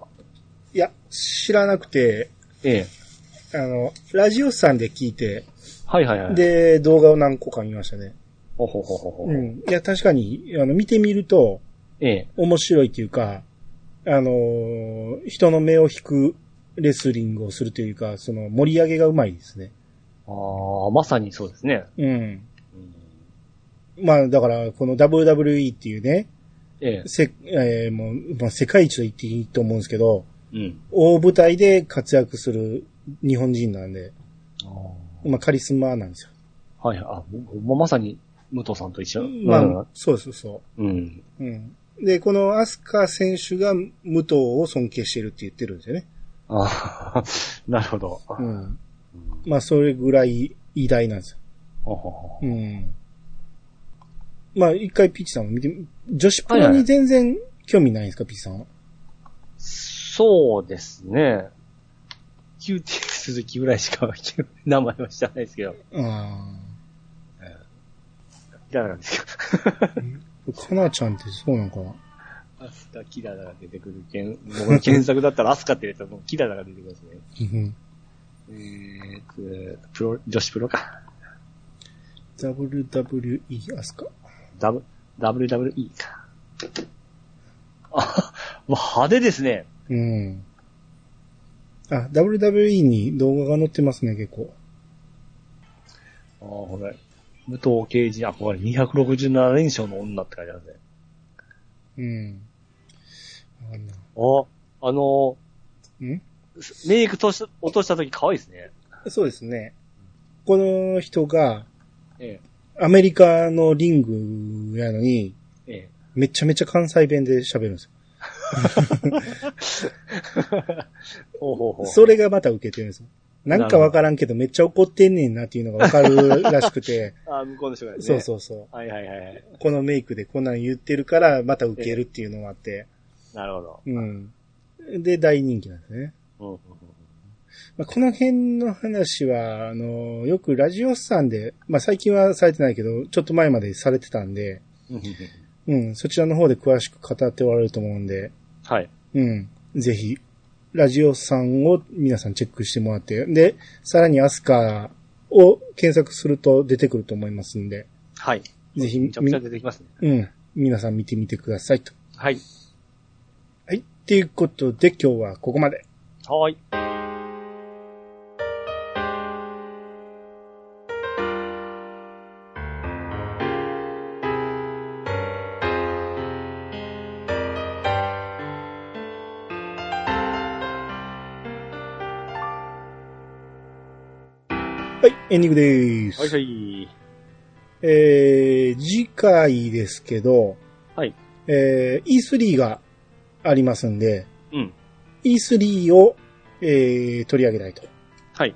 Speaker 1: や、知らなくて、
Speaker 2: ええ。
Speaker 1: あの、ラジオさんで聞いて、
Speaker 2: はいはいはい。、
Speaker 1: で、動画を何個か見ましたね。
Speaker 2: ほほほほほ。
Speaker 1: うん。いや、確かに、あの、見てみると、
Speaker 2: ええ。
Speaker 1: 面白いというか、あのー人の目を引くレスリングをするというか、その盛り上げがうまいですね。
Speaker 2: ああ、まさにそうですね。
Speaker 1: うん。
Speaker 2: うん
Speaker 1: まあ、だから、この WWE っていうね、
Speaker 2: ええ。
Speaker 1: せ、えーもう、まあ、世界一と言っていいと思うんですけど、
Speaker 2: うん。
Speaker 1: 大舞台で活躍する日本人なんで、まあ、カリスマなんですよ。
Speaker 2: はい、あ、ももまさに、武藤さんと一緒。
Speaker 1: ま
Speaker 2: うん
Speaker 1: あ、そうそうそ
Speaker 2: うん。
Speaker 1: う。うん。で、このアスカ選手が武藤を尊敬してるって言ってるんですよね。
Speaker 2: ああ、 なるほど。
Speaker 1: う
Speaker 2: うん
Speaker 1: ん。まあ、それぐらい偉大なんですよ。
Speaker 2: ほほほ
Speaker 1: うん。まあ、一回ピッチさんも見て、女子プロに全然興味ないんですか、ピッチさんは。
Speaker 2: そうですね。QT 鈴木ぐらいしか名前は知らないですけど。
Speaker 1: あ
Speaker 2: キララですよ。
Speaker 1: あ。かなちゃんってそうなのかな
Speaker 2: アスカ、キララが出てくる検、僕の検索だったらアスカって言うともうキララが出てくるんですね。
Speaker 1: うん
Speaker 2: えーと、プロ、女子プロか。
Speaker 1: WWE アスカ。
Speaker 2: ダブ、WWE か。あ、もう派手ですね。
Speaker 1: うん。あ、WWE に動画が載ってますね、結構。
Speaker 2: ああ、ほら。武藤刑事、あ、これ267連勝の女って書いてあるね。
Speaker 1: うん。わかんな
Speaker 2: あ、あの
Speaker 1: いん
Speaker 2: ー、メイクとし落とした時可愛いですね。
Speaker 1: そうですね。この人が、
Speaker 2: え
Speaker 1: アメリカのリングやのに、
Speaker 2: え、え
Speaker 1: めちゃめちゃ関西弁で喋るんですよ。
Speaker 2: え。ほうほうほう。
Speaker 1: それがまた受けてるんですよ。なんかわからんけど、めっちゃ怒ってんねんなっていうのがわかるらしくて、
Speaker 2: あ、向こうの人が ね。。
Speaker 1: そうそうそう
Speaker 2: はいはいはいはい。
Speaker 1: う。このメイクでこんなん言ってるから、また受けるっていうのもあって、
Speaker 2: なるほど。
Speaker 1: うん。で、大人気なんですね。
Speaker 2: うんうんうん。
Speaker 1: まあ、この辺の話は、あの、よくラジオスさんで、まあ、最近はされてないけど、ちょっと前までされてたんで、うん、そちらの方で詳しく語っておられると思うんで、
Speaker 2: はい。
Speaker 1: うん、ぜひ、ラジオスさんを皆さんチェックしてもらって、で、さらにアスカを検索すると出てくると思いますんで、
Speaker 2: はい。
Speaker 1: ぜひ、
Speaker 2: めちゃくちゃ
Speaker 1: み
Speaker 2: 出てきますね。
Speaker 1: うん、皆さん見てみてくださいと。
Speaker 2: はい。
Speaker 1: はい、っていうことで今日はここまで。
Speaker 2: はーい。
Speaker 1: はい、エンディングです。
Speaker 2: はいはい。
Speaker 1: えー、次回ですけど、
Speaker 2: はい。
Speaker 1: えー、E3 がありますんで、
Speaker 2: うん。
Speaker 1: E3 を、えー、取り上げたいと。
Speaker 2: はい。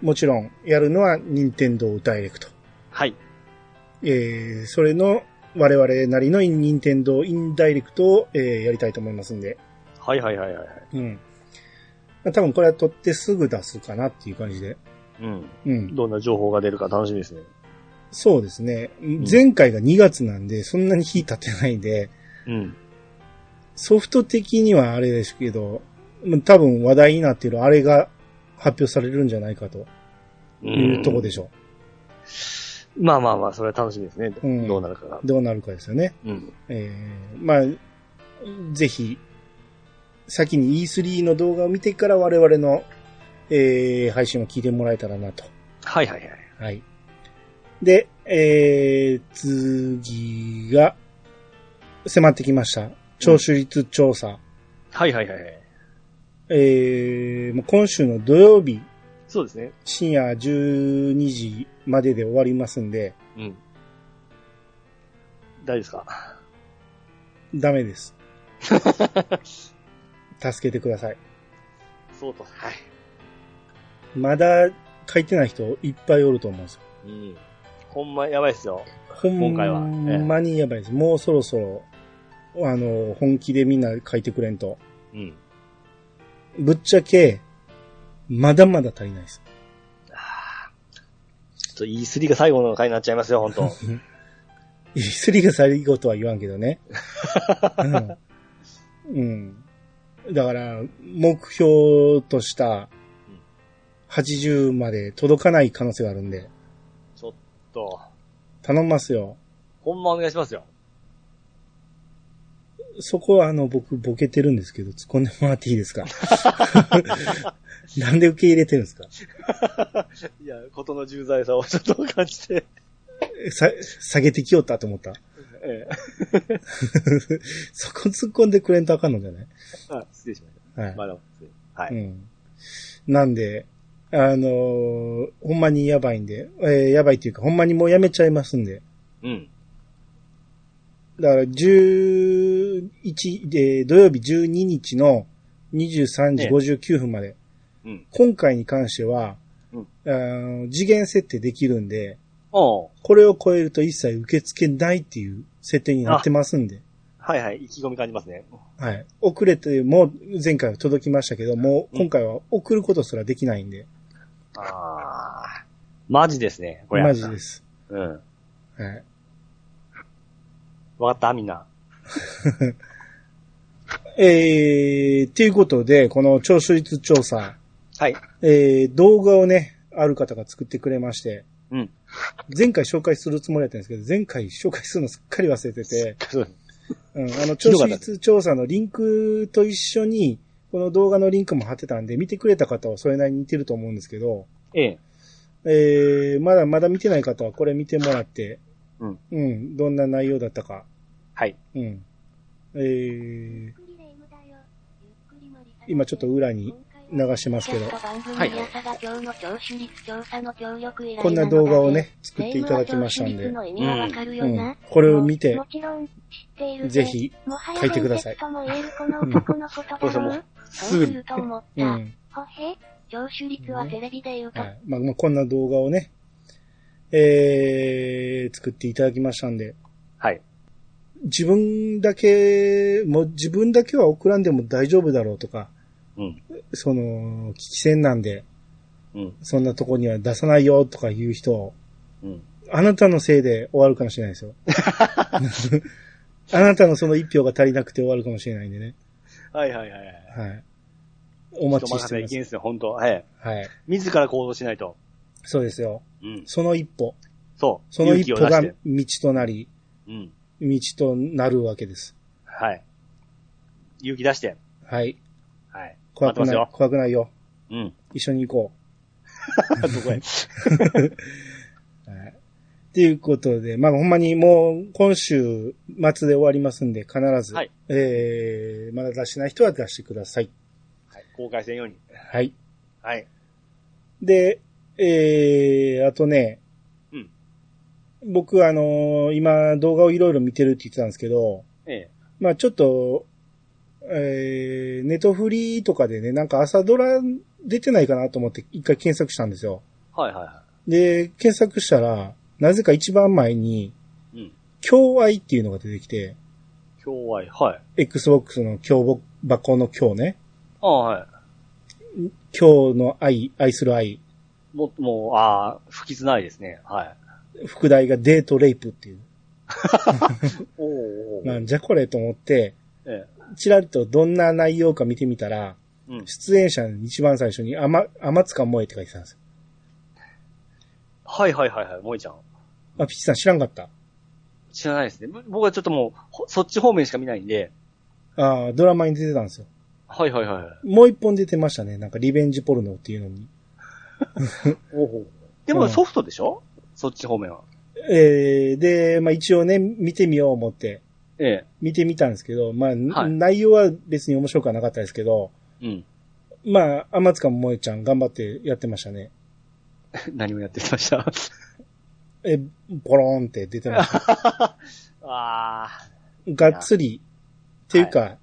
Speaker 1: もちろん、やるのは任天堂ダイレクト。
Speaker 2: はい。
Speaker 1: えー、それの、我々なりの任天堂インダイレクトを、えー、やりたいと思いますんで。
Speaker 2: はいはいはいはい。
Speaker 1: うん。多分これは取ってすぐ出すかなっていう感じで。
Speaker 2: うん。
Speaker 1: うん。
Speaker 2: どんな情報が出るか楽しみですね。
Speaker 1: そうですね。前回が2月なんで、そんなに日経ってないんで、
Speaker 2: うん。
Speaker 1: ソフト的にはあれですけど、まあ多分話題になっているあれが発表されるんじゃないかというところで
Speaker 2: ょ。
Speaker 1: しょ
Speaker 2: まあまあまあ、それは楽しみですね。
Speaker 1: うん
Speaker 2: どうなるかが
Speaker 1: う。。どうなるかですよね。
Speaker 2: うん。
Speaker 1: えー、まあ、ぜひ、先に E3 の動画を見てから我々の、えー、配信を聞いてもらえたらなと。
Speaker 2: はいはいはい。
Speaker 1: はい。で、えー、次が、迫ってきました。聴取率調査。
Speaker 2: はいはいはいはい。
Speaker 1: えー、もう今週の土曜日、
Speaker 2: そうですね。
Speaker 1: 深夜12時までで終わりますんで、
Speaker 2: うん。大丈夫ですか
Speaker 1: ダメです。助けてください。
Speaker 2: そうと。はい。
Speaker 1: まだ書いてない人いっぱいおると思うんですよ。
Speaker 2: うん。ほんまやばいっすよ。
Speaker 1: ほん
Speaker 2: 今回はええ
Speaker 1: まにやばいです。もうそろそろ、あの、本気でみんな書いてくれんと。
Speaker 2: うん。
Speaker 1: ぶっちゃけ、まだまだ足りないです。
Speaker 2: ちょっと E3 が最後の回になっちゃいますよ、本当
Speaker 1: E3 が最後とは言わんけどね。うん。うんだから、目標とした80まで届かない可能性があるんで、
Speaker 2: ちょっと、
Speaker 1: 頼みますよ。
Speaker 2: ほんまお願いしますよ。
Speaker 1: そこはあの、僕、ボケてるんですけど、突っ込んでもらっていいですか なんで受け入れてるんですか
Speaker 2: いや、ことの重罪さをちょっと感じて。
Speaker 1: さ、下げてきよったと思った。
Speaker 2: ええ。
Speaker 1: そこ突っ込んでくれんとあかんのじゃない
Speaker 2: あ、失礼しまし
Speaker 1: はい
Speaker 2: た。。まだ、失礼は
Speaker 1: う
Speaker 2: い。
Speaker 1: ん。なんで、あのーほんまにやばいんで、えーやばいっていうか、ほんまにもうやめちゃいますんで。
Speaker 2: うん。
Speaker 1: だから、11、で、土曜日12日の
Speaker 2: ええ
Speaker 1: 23時59分まで。
Speaker 2: うん。
Speaker 1: 今回に関しては、
Speaker 2: うん
Speaker 1: あの次元設定できるんで、
Speaker 2: おう
Speaker 1: これを超えると一切受け付けないっていう設定になってますんで。
Speaker 2: はいはい、意気込み感じますね。
Speaker 1: はい。遅れても、前回は届きましたけど、もう今回は送ることすらできないんで。
Speaker 2: ああ。マジですね、これ。。
Speaker 1: マジですす。
Speaker 2: うん。
Speaker 1: はい。
Speaker 2: わかった、みんな。
Speaker 1: えー、っていうことで、この聴取率調査、
Speaker 2: はい。
Speaker 1: えー、動画をね、ある方が作ってくれまして、
Speaker 2: うん。
Speaker 1: 前回紹介するつもりだったんですけど、前回紹介するのすっかり忘れてて、うん、あの、
Speaker 2: ひ
Speaker 1: 聴
Speaker 2: どかった
Speaker 1: 取率調査のリンクと一緒に、この動画のリンクも貼ってたんで、見てくれた方はそれなりに似てると思うんですけど、
Speaker 2: ええ。
Speaker 1: えー、まだまだ見てない方はこれ見てもらって、
Speaker 2: うん。
Speaker 1: うん、どんな内容だったか、
Speaker 2: はい。
Speaker 1: うん。えー、
Speaker 3: 今ちょっと裏に流してますけど、
Speaker 2: い
Speaker 3: こ
Speaker 1: こん
Speaker 3: ん
Speaker 1: な
Speaker 3: な
Speaker 1: 動
Speaker 3: 動
Speaker 1: 画
Speaker 3: 画
Speaker 1: を
Speaker 3: を
Speaker 1: ね
Speaker 3: ね、、
Speaker 1: 作
Speaker 3: 作
Speaker 1: っ
Speaker 3: ってて
Speaker 1: い
Speaker 3: い
Speaker 1: た
Speaker 3: た
Speaker 1: だ
Speaker 3: だ
Speaker 1: き
Speaker 3: き
Speaker 1: ま
Speaker 3: ま
Speaker 1: し
Speaker 3: したた
Speaker 1: ん
Speaker 3: ん
Speaker 1: で
Speaker 3: で、、
Speaker 2: うん
Speaker 1: こ
Speaker 3: こ
Speaker 1: れ
Speaker 3: れ
Speaker 1: を
Speaker 3: を
Speaker 1: 見
Speaker 3: 見
Speaker 1: て
Speaker 3: て、
Speaker 1: ぜ
Speaker 3: ぜ
Speaker 1: ひ
Speaker 3: ひ
Speaker 1: 書
Speaker 3: 書
Speaker 1: い
Speaker 3: い
Speaker 1: てく
Speaker 3: てく
Speaker 1: だ
Speaker 3: だ
Speaker 1: さ
Speaker 3: さ
Speaker 1: い
Speaker 3: い。
Speaker 2: どうせもうすぐに
Speaker 1: うん。は
Speaker 3: は
Speaker 1: い。
Speaker 3: い
Speaker 1: まあ、まあこんな動画をね、えー、作っていただきましたんで、
Speaker 2: はい。
Speaker 1: 自分だけ、もう自分だけは送らんでも大丈夫だろうとか、
Speaker 2: うん。
Speaker 1: その、危機戦なんで、
Speaker 2: うん。
Speaker 1: そんなとこには出さないよとか言う人、
Speaker 2: うん。
Speaker 1: あなたのせいで終わるかもしれないです よ。あなたのその一票が足りなくて終わるかもしれないんでね。
Speaker 2: はいはいはいはい。
Speaker 1: はい。お待ちし
Speaker 2: 人任せ
Speaker 1: て
Speaker 2: い
Speaker 1: ま
Speaker 2: けん
Speaker 1: す。
Speaker 2: すよ、本当はい。
Speaker 1: はい。
Speaker 2: 自ら行動しないと。
Speaker 1: そうですよ。
Speaker 2: うん。
Speaker 1: その一歩。
Speaker 2: そう。
Speaker 1: その一
Speaker 2: 勇気
Speaker 1: 歩
Speaker 2: を出
Speaker 1: が
Speaker 2: して
Speaker 1: 道となり、
Speaker 2: うん。
Speaker 1: 道となるわけです。
Speaker 2: はい。勇気出して。
Speaker 1: はい。
Speaker 2: はい。
Speaker 1: 怖く
Speaker 2: 待ってます
Speaker 1: ない
Speaker 2: よ、
Speaker 1: 怖くないよ。
Speaker 2: うん。
Speaker 1: 一緒に行こ
Speaker 2: ど こへ。
Speaker 1: う。はい。っていうことで、まあ、ほんまにもう、今週末で終わりますんで、必ず、
Speaker 2: はい
Speaker 1: えー、まだ出してない人は出してください。
Speaker 2: はい。公開せんように。
Speaker 1: はい。
Speaker 2: はい。
Speaker 1: で、えー、あとね、
Speaker 2: うん
Speaker 1: 僕、あのー今動画をいろいろ見てるって言ってたんですけど、
Speaker 2: ええ。
Speaker 1: まあちょっと、えー、ネトフリとかでね、なんか朝ドラ出てないかなと思って一回検索したんですよ。
Speaker 2: はいはいは
Speaker 1: で、検索したら、なぜか一番前に、
Speaker 2: い。うん。
Speaker 1: 共愛っていうのが出てきて、
Speaker 2: 共愛、はい。
Speaker 1: Xbox の共箱の今日ね、
Speaker 2: ああ、はい。
Speaker 1: 今日の愛、愛する愛、
Speaker 2: も、もう、ああ、不吉ないですね。はい。
Speaker 1: 副題がデートレイプっていう。
Speaker 2: おおおー
Speaker 1: なんじゃこれと思って、
Speaker 2: ええ。
Speaker 1: ちらりとどんな内容か見てみたら、
Speaker 2: うん。
Speaker 1: 出演者に一番最初に、あま、あまつか萌えって書いてたんですよ。
Speaker 2: はいはいはいはい、萌えちゃん。
Speaker 1: あ、ピッチさん知らんかった。
Speaker 2: 知らないですね。ぶ僕はちょっともうほ、そっち方面しか見ないんで。
Speaker 1: ああ、ドラマに出てたんですよ。
Speaker 2: はいはいはいはい。
Speaker 1: もう一本出てましたね。なんかリベンジポルノっていうのに。
Speaker 2: おお。で
Speaker 1: う
Speaker 2: も
Speaker 1: ん
Speaker 2: ソフトでしょ、そっち方面は。
Speaker 1: えー、で、まあ一応ね、見てみよう思って、
Speaker 2: え
Speaker 1: 見てみたんですけど、まあ、
Speaker 2: はい
Speaker 1: 内容は別に面白くはなかったですけど、
Speaker 2: え。うん。
Speaker 1: まあ、天塚萌えちゃん頑張ってやってましたね。
Speaker 2: 何をやってきました
Speaker 1: え、ポローンって出てました。
Speaker 2: ああ。
Speaker 1: がっつり、っていうか、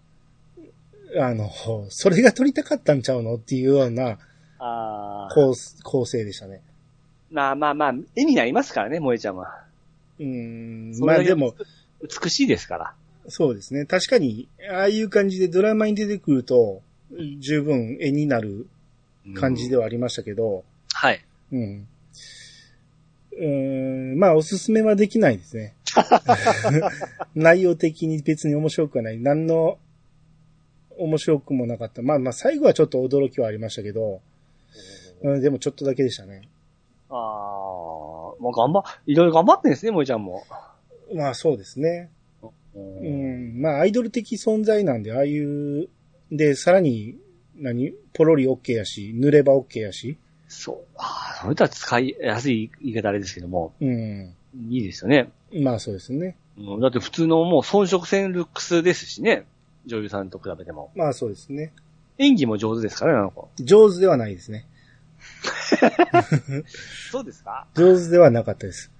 Speaker 1: あの、それが撮りたかったんちゃうのっていうような
Speaker 2: ああ。
Speaker 1: 構構成でしたね。
Speaker 2: まあまあまあ、絵になりますからね、萌えちゃんは。
Speaker 1: うーん、
Speaker 2: そ
Speaker 1: ま
Speaker 2: れ
Speaker 1: あ
Speaker 2: だけ
Speaker 1: でも、
Speaker 2: 美しいですから。
Speaker 1: そうですね。確かに、ああいう感じでドラマに出てくると、十分絵になる感じで
Speaker 2: は。
Speaker 1: はありましたけど、
Speaker 2: はい。
Speaker 1: うん。うーん、まあ、おすすめはできないです ね。内容的に別に面白くはない。何の面白くもなかった。まあまあ、最後はちょっと驚きはありましたけど、うん、でもちょっとだけでしたね。
Speaker 2: ああ、まあ頑張、いろいろ頑張ってんですね、萌えちゃんも。
Speaker 1: まあ、そうですね。
Speaker 2: う
Speaker 1: う。ん、まあ、アイドル的存在なんで、ああいう、で、さらに、何ポロリ OK やし、塗れば OK やし。
Speaker 2: そう。ああ、それとは使いやすい言い方あれですけども、
Speaker 1: うん。
Speaker 2: いいですよね。
Speaker 1: まあ、そうですね。
Speaker 2: うん、だって普通のもう遜色せんルックスですしね。女優さんと比べても。
Speaker 1: まあ、そうですね。
Speaker 2: 演技も上手ですからね、あの子。
Speaker 1: 上手ではないですね。
Speaker 2: そうですか
Speaker 1: 上手ではなかったです。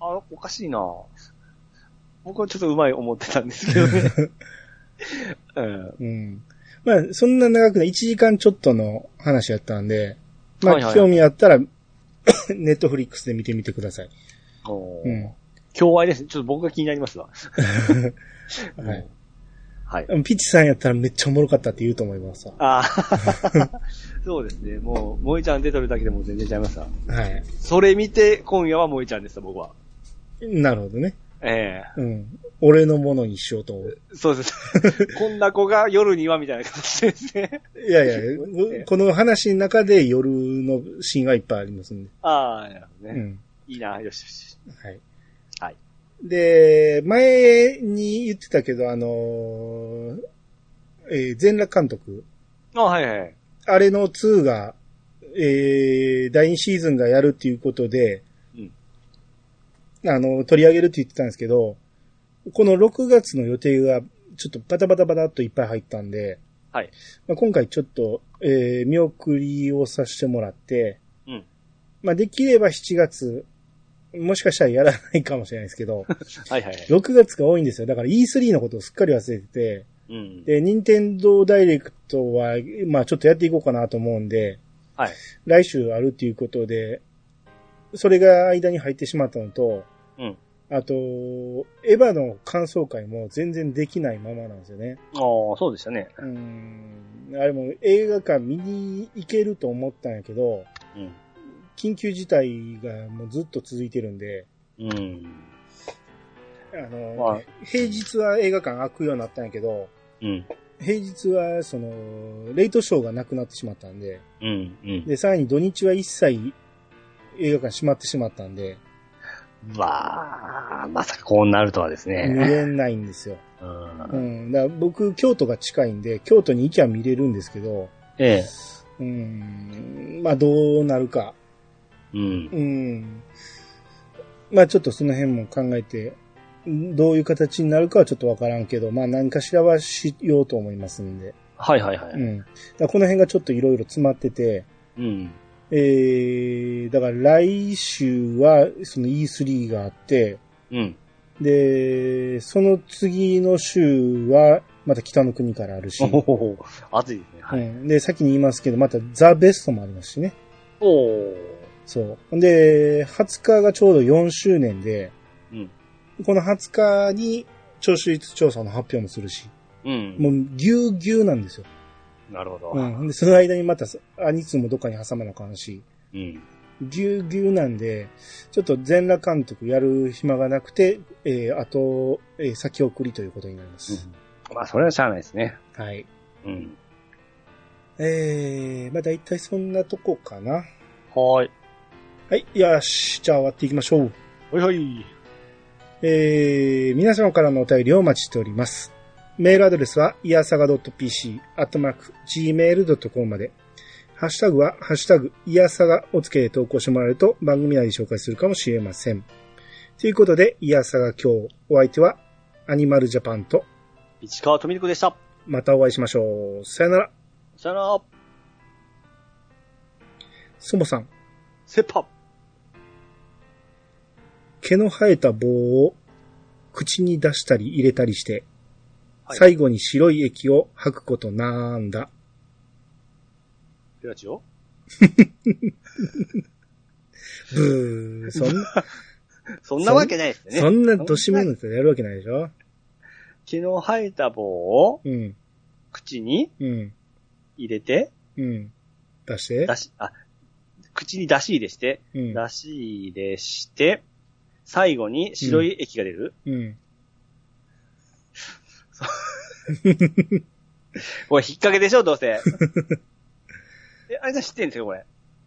Speaker 2: あ、おかしいな僕はちょっとうまい思ってたんですけど ね。うん。
Speaker 1: うん。まあ、そんな長くない、1時間ちょっとの話やったんで、まあ、
Speaker 2: はいはい
Speaker 1: 興味あったら、 ネットフリックスで見てみてください。
Speaker 2: おー
Speaker 1: うん。
Speaker 2: 共愛ですね。ちょっと僕が気になりますわ。
Speaker 1: はい。
Speaker 2: はい。
Speaker 1: ピッチさんやったらめっちゃおもろかったって言うと思いますわ。
Speaker 2: ああ、 そうですね。もう、萌えちゃん出てるだけでも全然ちゃいますわ。
Speaker 1: はい。
Speaker 2: それ見て、今夜は萌えちゃんです、僕は。
Speaker 1: なるほどね。
Speaker 2: ええ
Speaker 1: うん。俺のものにしようと思う。
Speaker 2: そう です。こんな子が夜にはみたいな形ですね。
Speaker 1: いやいや、 うこの話の中で夜のシーンがいっぱいありますんで。
Speaker 2: ああ、なるほど
Speaker 1: う
Speaker 2: ね。
Speaker 1: ん。
Speaker 2: いいな、よしよし。
Speaker 1: はい。
Speaker 2: はい。
Speaker 1: で、前に言ってたけど、あのーえー全裸監督。
Speaker 2: あはいはい。
Speaker 1: あれの2が、えー、第2シーズンがやるっていうことで、
Speaker 2: うん
Speaker 1: あの、取り上げるって言ってたんですけど、この6月の予定がちょっとバタバタバタっといっぱい入ったんで、
Speaker 2: はい
Speaker 1: まあ、今回ちょっと、えー見送りをさせてもらって、
Speaker 2: うん
Speaker 1: まあ、できれば7月、もしかしたらやらないかもしれないですけ ど、
Speaker 2: はいはいはい。
Speaker 1: 6月が多いんですよ。だから E3 のことをすっかり忘れてて、
Speaker 2: うん。
Speaker 1: で、任天堂ダイレクトは、まあちょっとやっていこうかなと思うんで、
Speaker 2: はい。
Speaker 1: 来週あるっていうことで、それが間に入ってしまったのと、
Speaker 2: うん
Speaker 1: あと、エヴァの感想会も全然できないままなんですよね。
Speaker 2: ああ、そうでしたね。
Speaker 1: うん。あれも映画館見に行けると思ったんやけど、
Speaker 2: うん。
Speaker 1: 緊急事態がもうずっと続いてるんで、
Speaker 2: うん。
Speaker 1: あの、
Speaker 2: まあ
Speaker 1: 平日は映画館開くようになったんやけど、
Speaker 2: うん。
Speaker 1: 平日はその、レイトショーがなくなってしまったんで、
Speaker 2: うん。うん。
Speaker 1: で、さらに土日は一切映画館閉まってしまったんで、
Speaker 2: まあ、まさかこうなるとはです
Speaker 1: 見
Speaker 2: ね。
Speaker 1: れないんですよ。
Speaker 2: う。
Speaker 1: うんん。だから僕、京都が近いんで、京都に行きゃ見れるんですけど、
Speaker 2: ええ。
Speaker 1: うん、まあどうなるか。
Speaker 2: うん。
Speaker 1: うん。まあちょっとその辺も考えて、どういう形になるかはちょっとわからんけど、まあ何かしらはしようと思いますんで。
Speaker 2: はいはいは
Speaker 1: う
Speaker 2: い。
Speaker 1: ん。だからこの辺がちょっといろいろ詰まってて、
Speaker 2: うん。
Speaker 1: ええー、だから来週は、その E3 があって、
Speaker 2: うん。
Speaker 1: で、その次の週は、また北の国からあるし、
Speaker 2: おお暑いですね。はい。
Speaker 1: うんで、先に言いますけど、またザ・ベストもありますしね。
Speaker 2: おお
Speaker 1: そう。で、20日がちょうど4周年で、
Speaker 2: うん
Speaker 1: この20日に聴取率調査の発表もするし、
Speaker 2: うん。
Speaker 1: もうぎゅうぎゅうなんですよ。
Speaker 2: なるほど。
Speaker 1: うん。で、その間にまた、アニツもどっかに挟まなあかんし、
Speaker 2: うん。
Speaker 1: ぎゅうぎゅうなんで、ちょっと全裸監督やる暇がなくて、えー、あと、えー先送りということになります。
Speaker 2: まあ、それはしゃあないですね。
Speaker 1: はい。
Speaker 2: うん。
Speaker 1: えー、まあ大体そんなとこかな。
Speaker 2: はーい。
Speaker 1: はい、よし。じゃあ終わっていきましょう。
Speaker 2: ほいほい。
Speaker 1: えー、皆様からのお便りをお待ちしております。メールアドレスは、いやさが .pc、アットマーク、gmail.com まで。ハッシュタグは、ハッシュタグ、いやさがをつけて投稿してもらえると番組内で紹介するかもしれません。ということで、いやさが今日、お相手は、アニマルジャパンと、
Speaker 2: 市川富子でした。
Speaker 1: またお会いしましょう。さよなら、
Speaker 2: さよなら。
Speaker 1: そもさん。
Speaker 2: セッパ。
Speaker 1: 毛の生えた棒を口に出したり入れたりして、
Speaker 2: はい
Speaker 1: 最後に白い液を吐くことなんだ。
Speaker 2: ペラチオ
Speaker 1: ブー、そんな、
Speaker 2: そんなわけないですね。
Speaker 1: そんな年目の人やるわけないでしょ
Speaker 2: 昨日生えた棒を
Speaker 1: うん、
Speaker 2: 口に
Speaker 1: うん、
Speaker 2: 入れて、
Speaker 1: うん。出して
Speaker 2: 出し、あ、口に出し入れして、
Speaker 1: うん、
Speaker 2: 出し入れして、最後に白い液が出る。
Speaker 1: うん。
Speaker 2: これ引っ掛けでしょ、ど うせ。え、あれさん知ってんですよ、これ。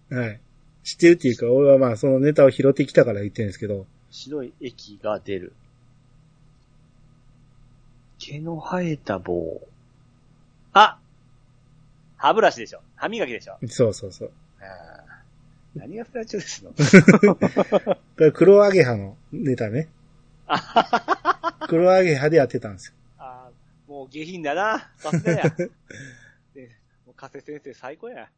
Speaker 1: はい。知ってるっていうか、俺はまあそのネタを拾ってきたから言ってるんですけど、
Speaker 2: 白い液が出る。毛の生えた棒。あ歯ブラシでしょ。歯磨きでしょ。
Speaker 1: そうそうそう。
Speaker 2: ああ何がプラチオですの
Speaker 1: これ黒アゲハのネタ ね。黒アゲハでやってたんですよ。
Speaker 2: ああもう下品だな。さすがや。でもう加瀬先生最高や。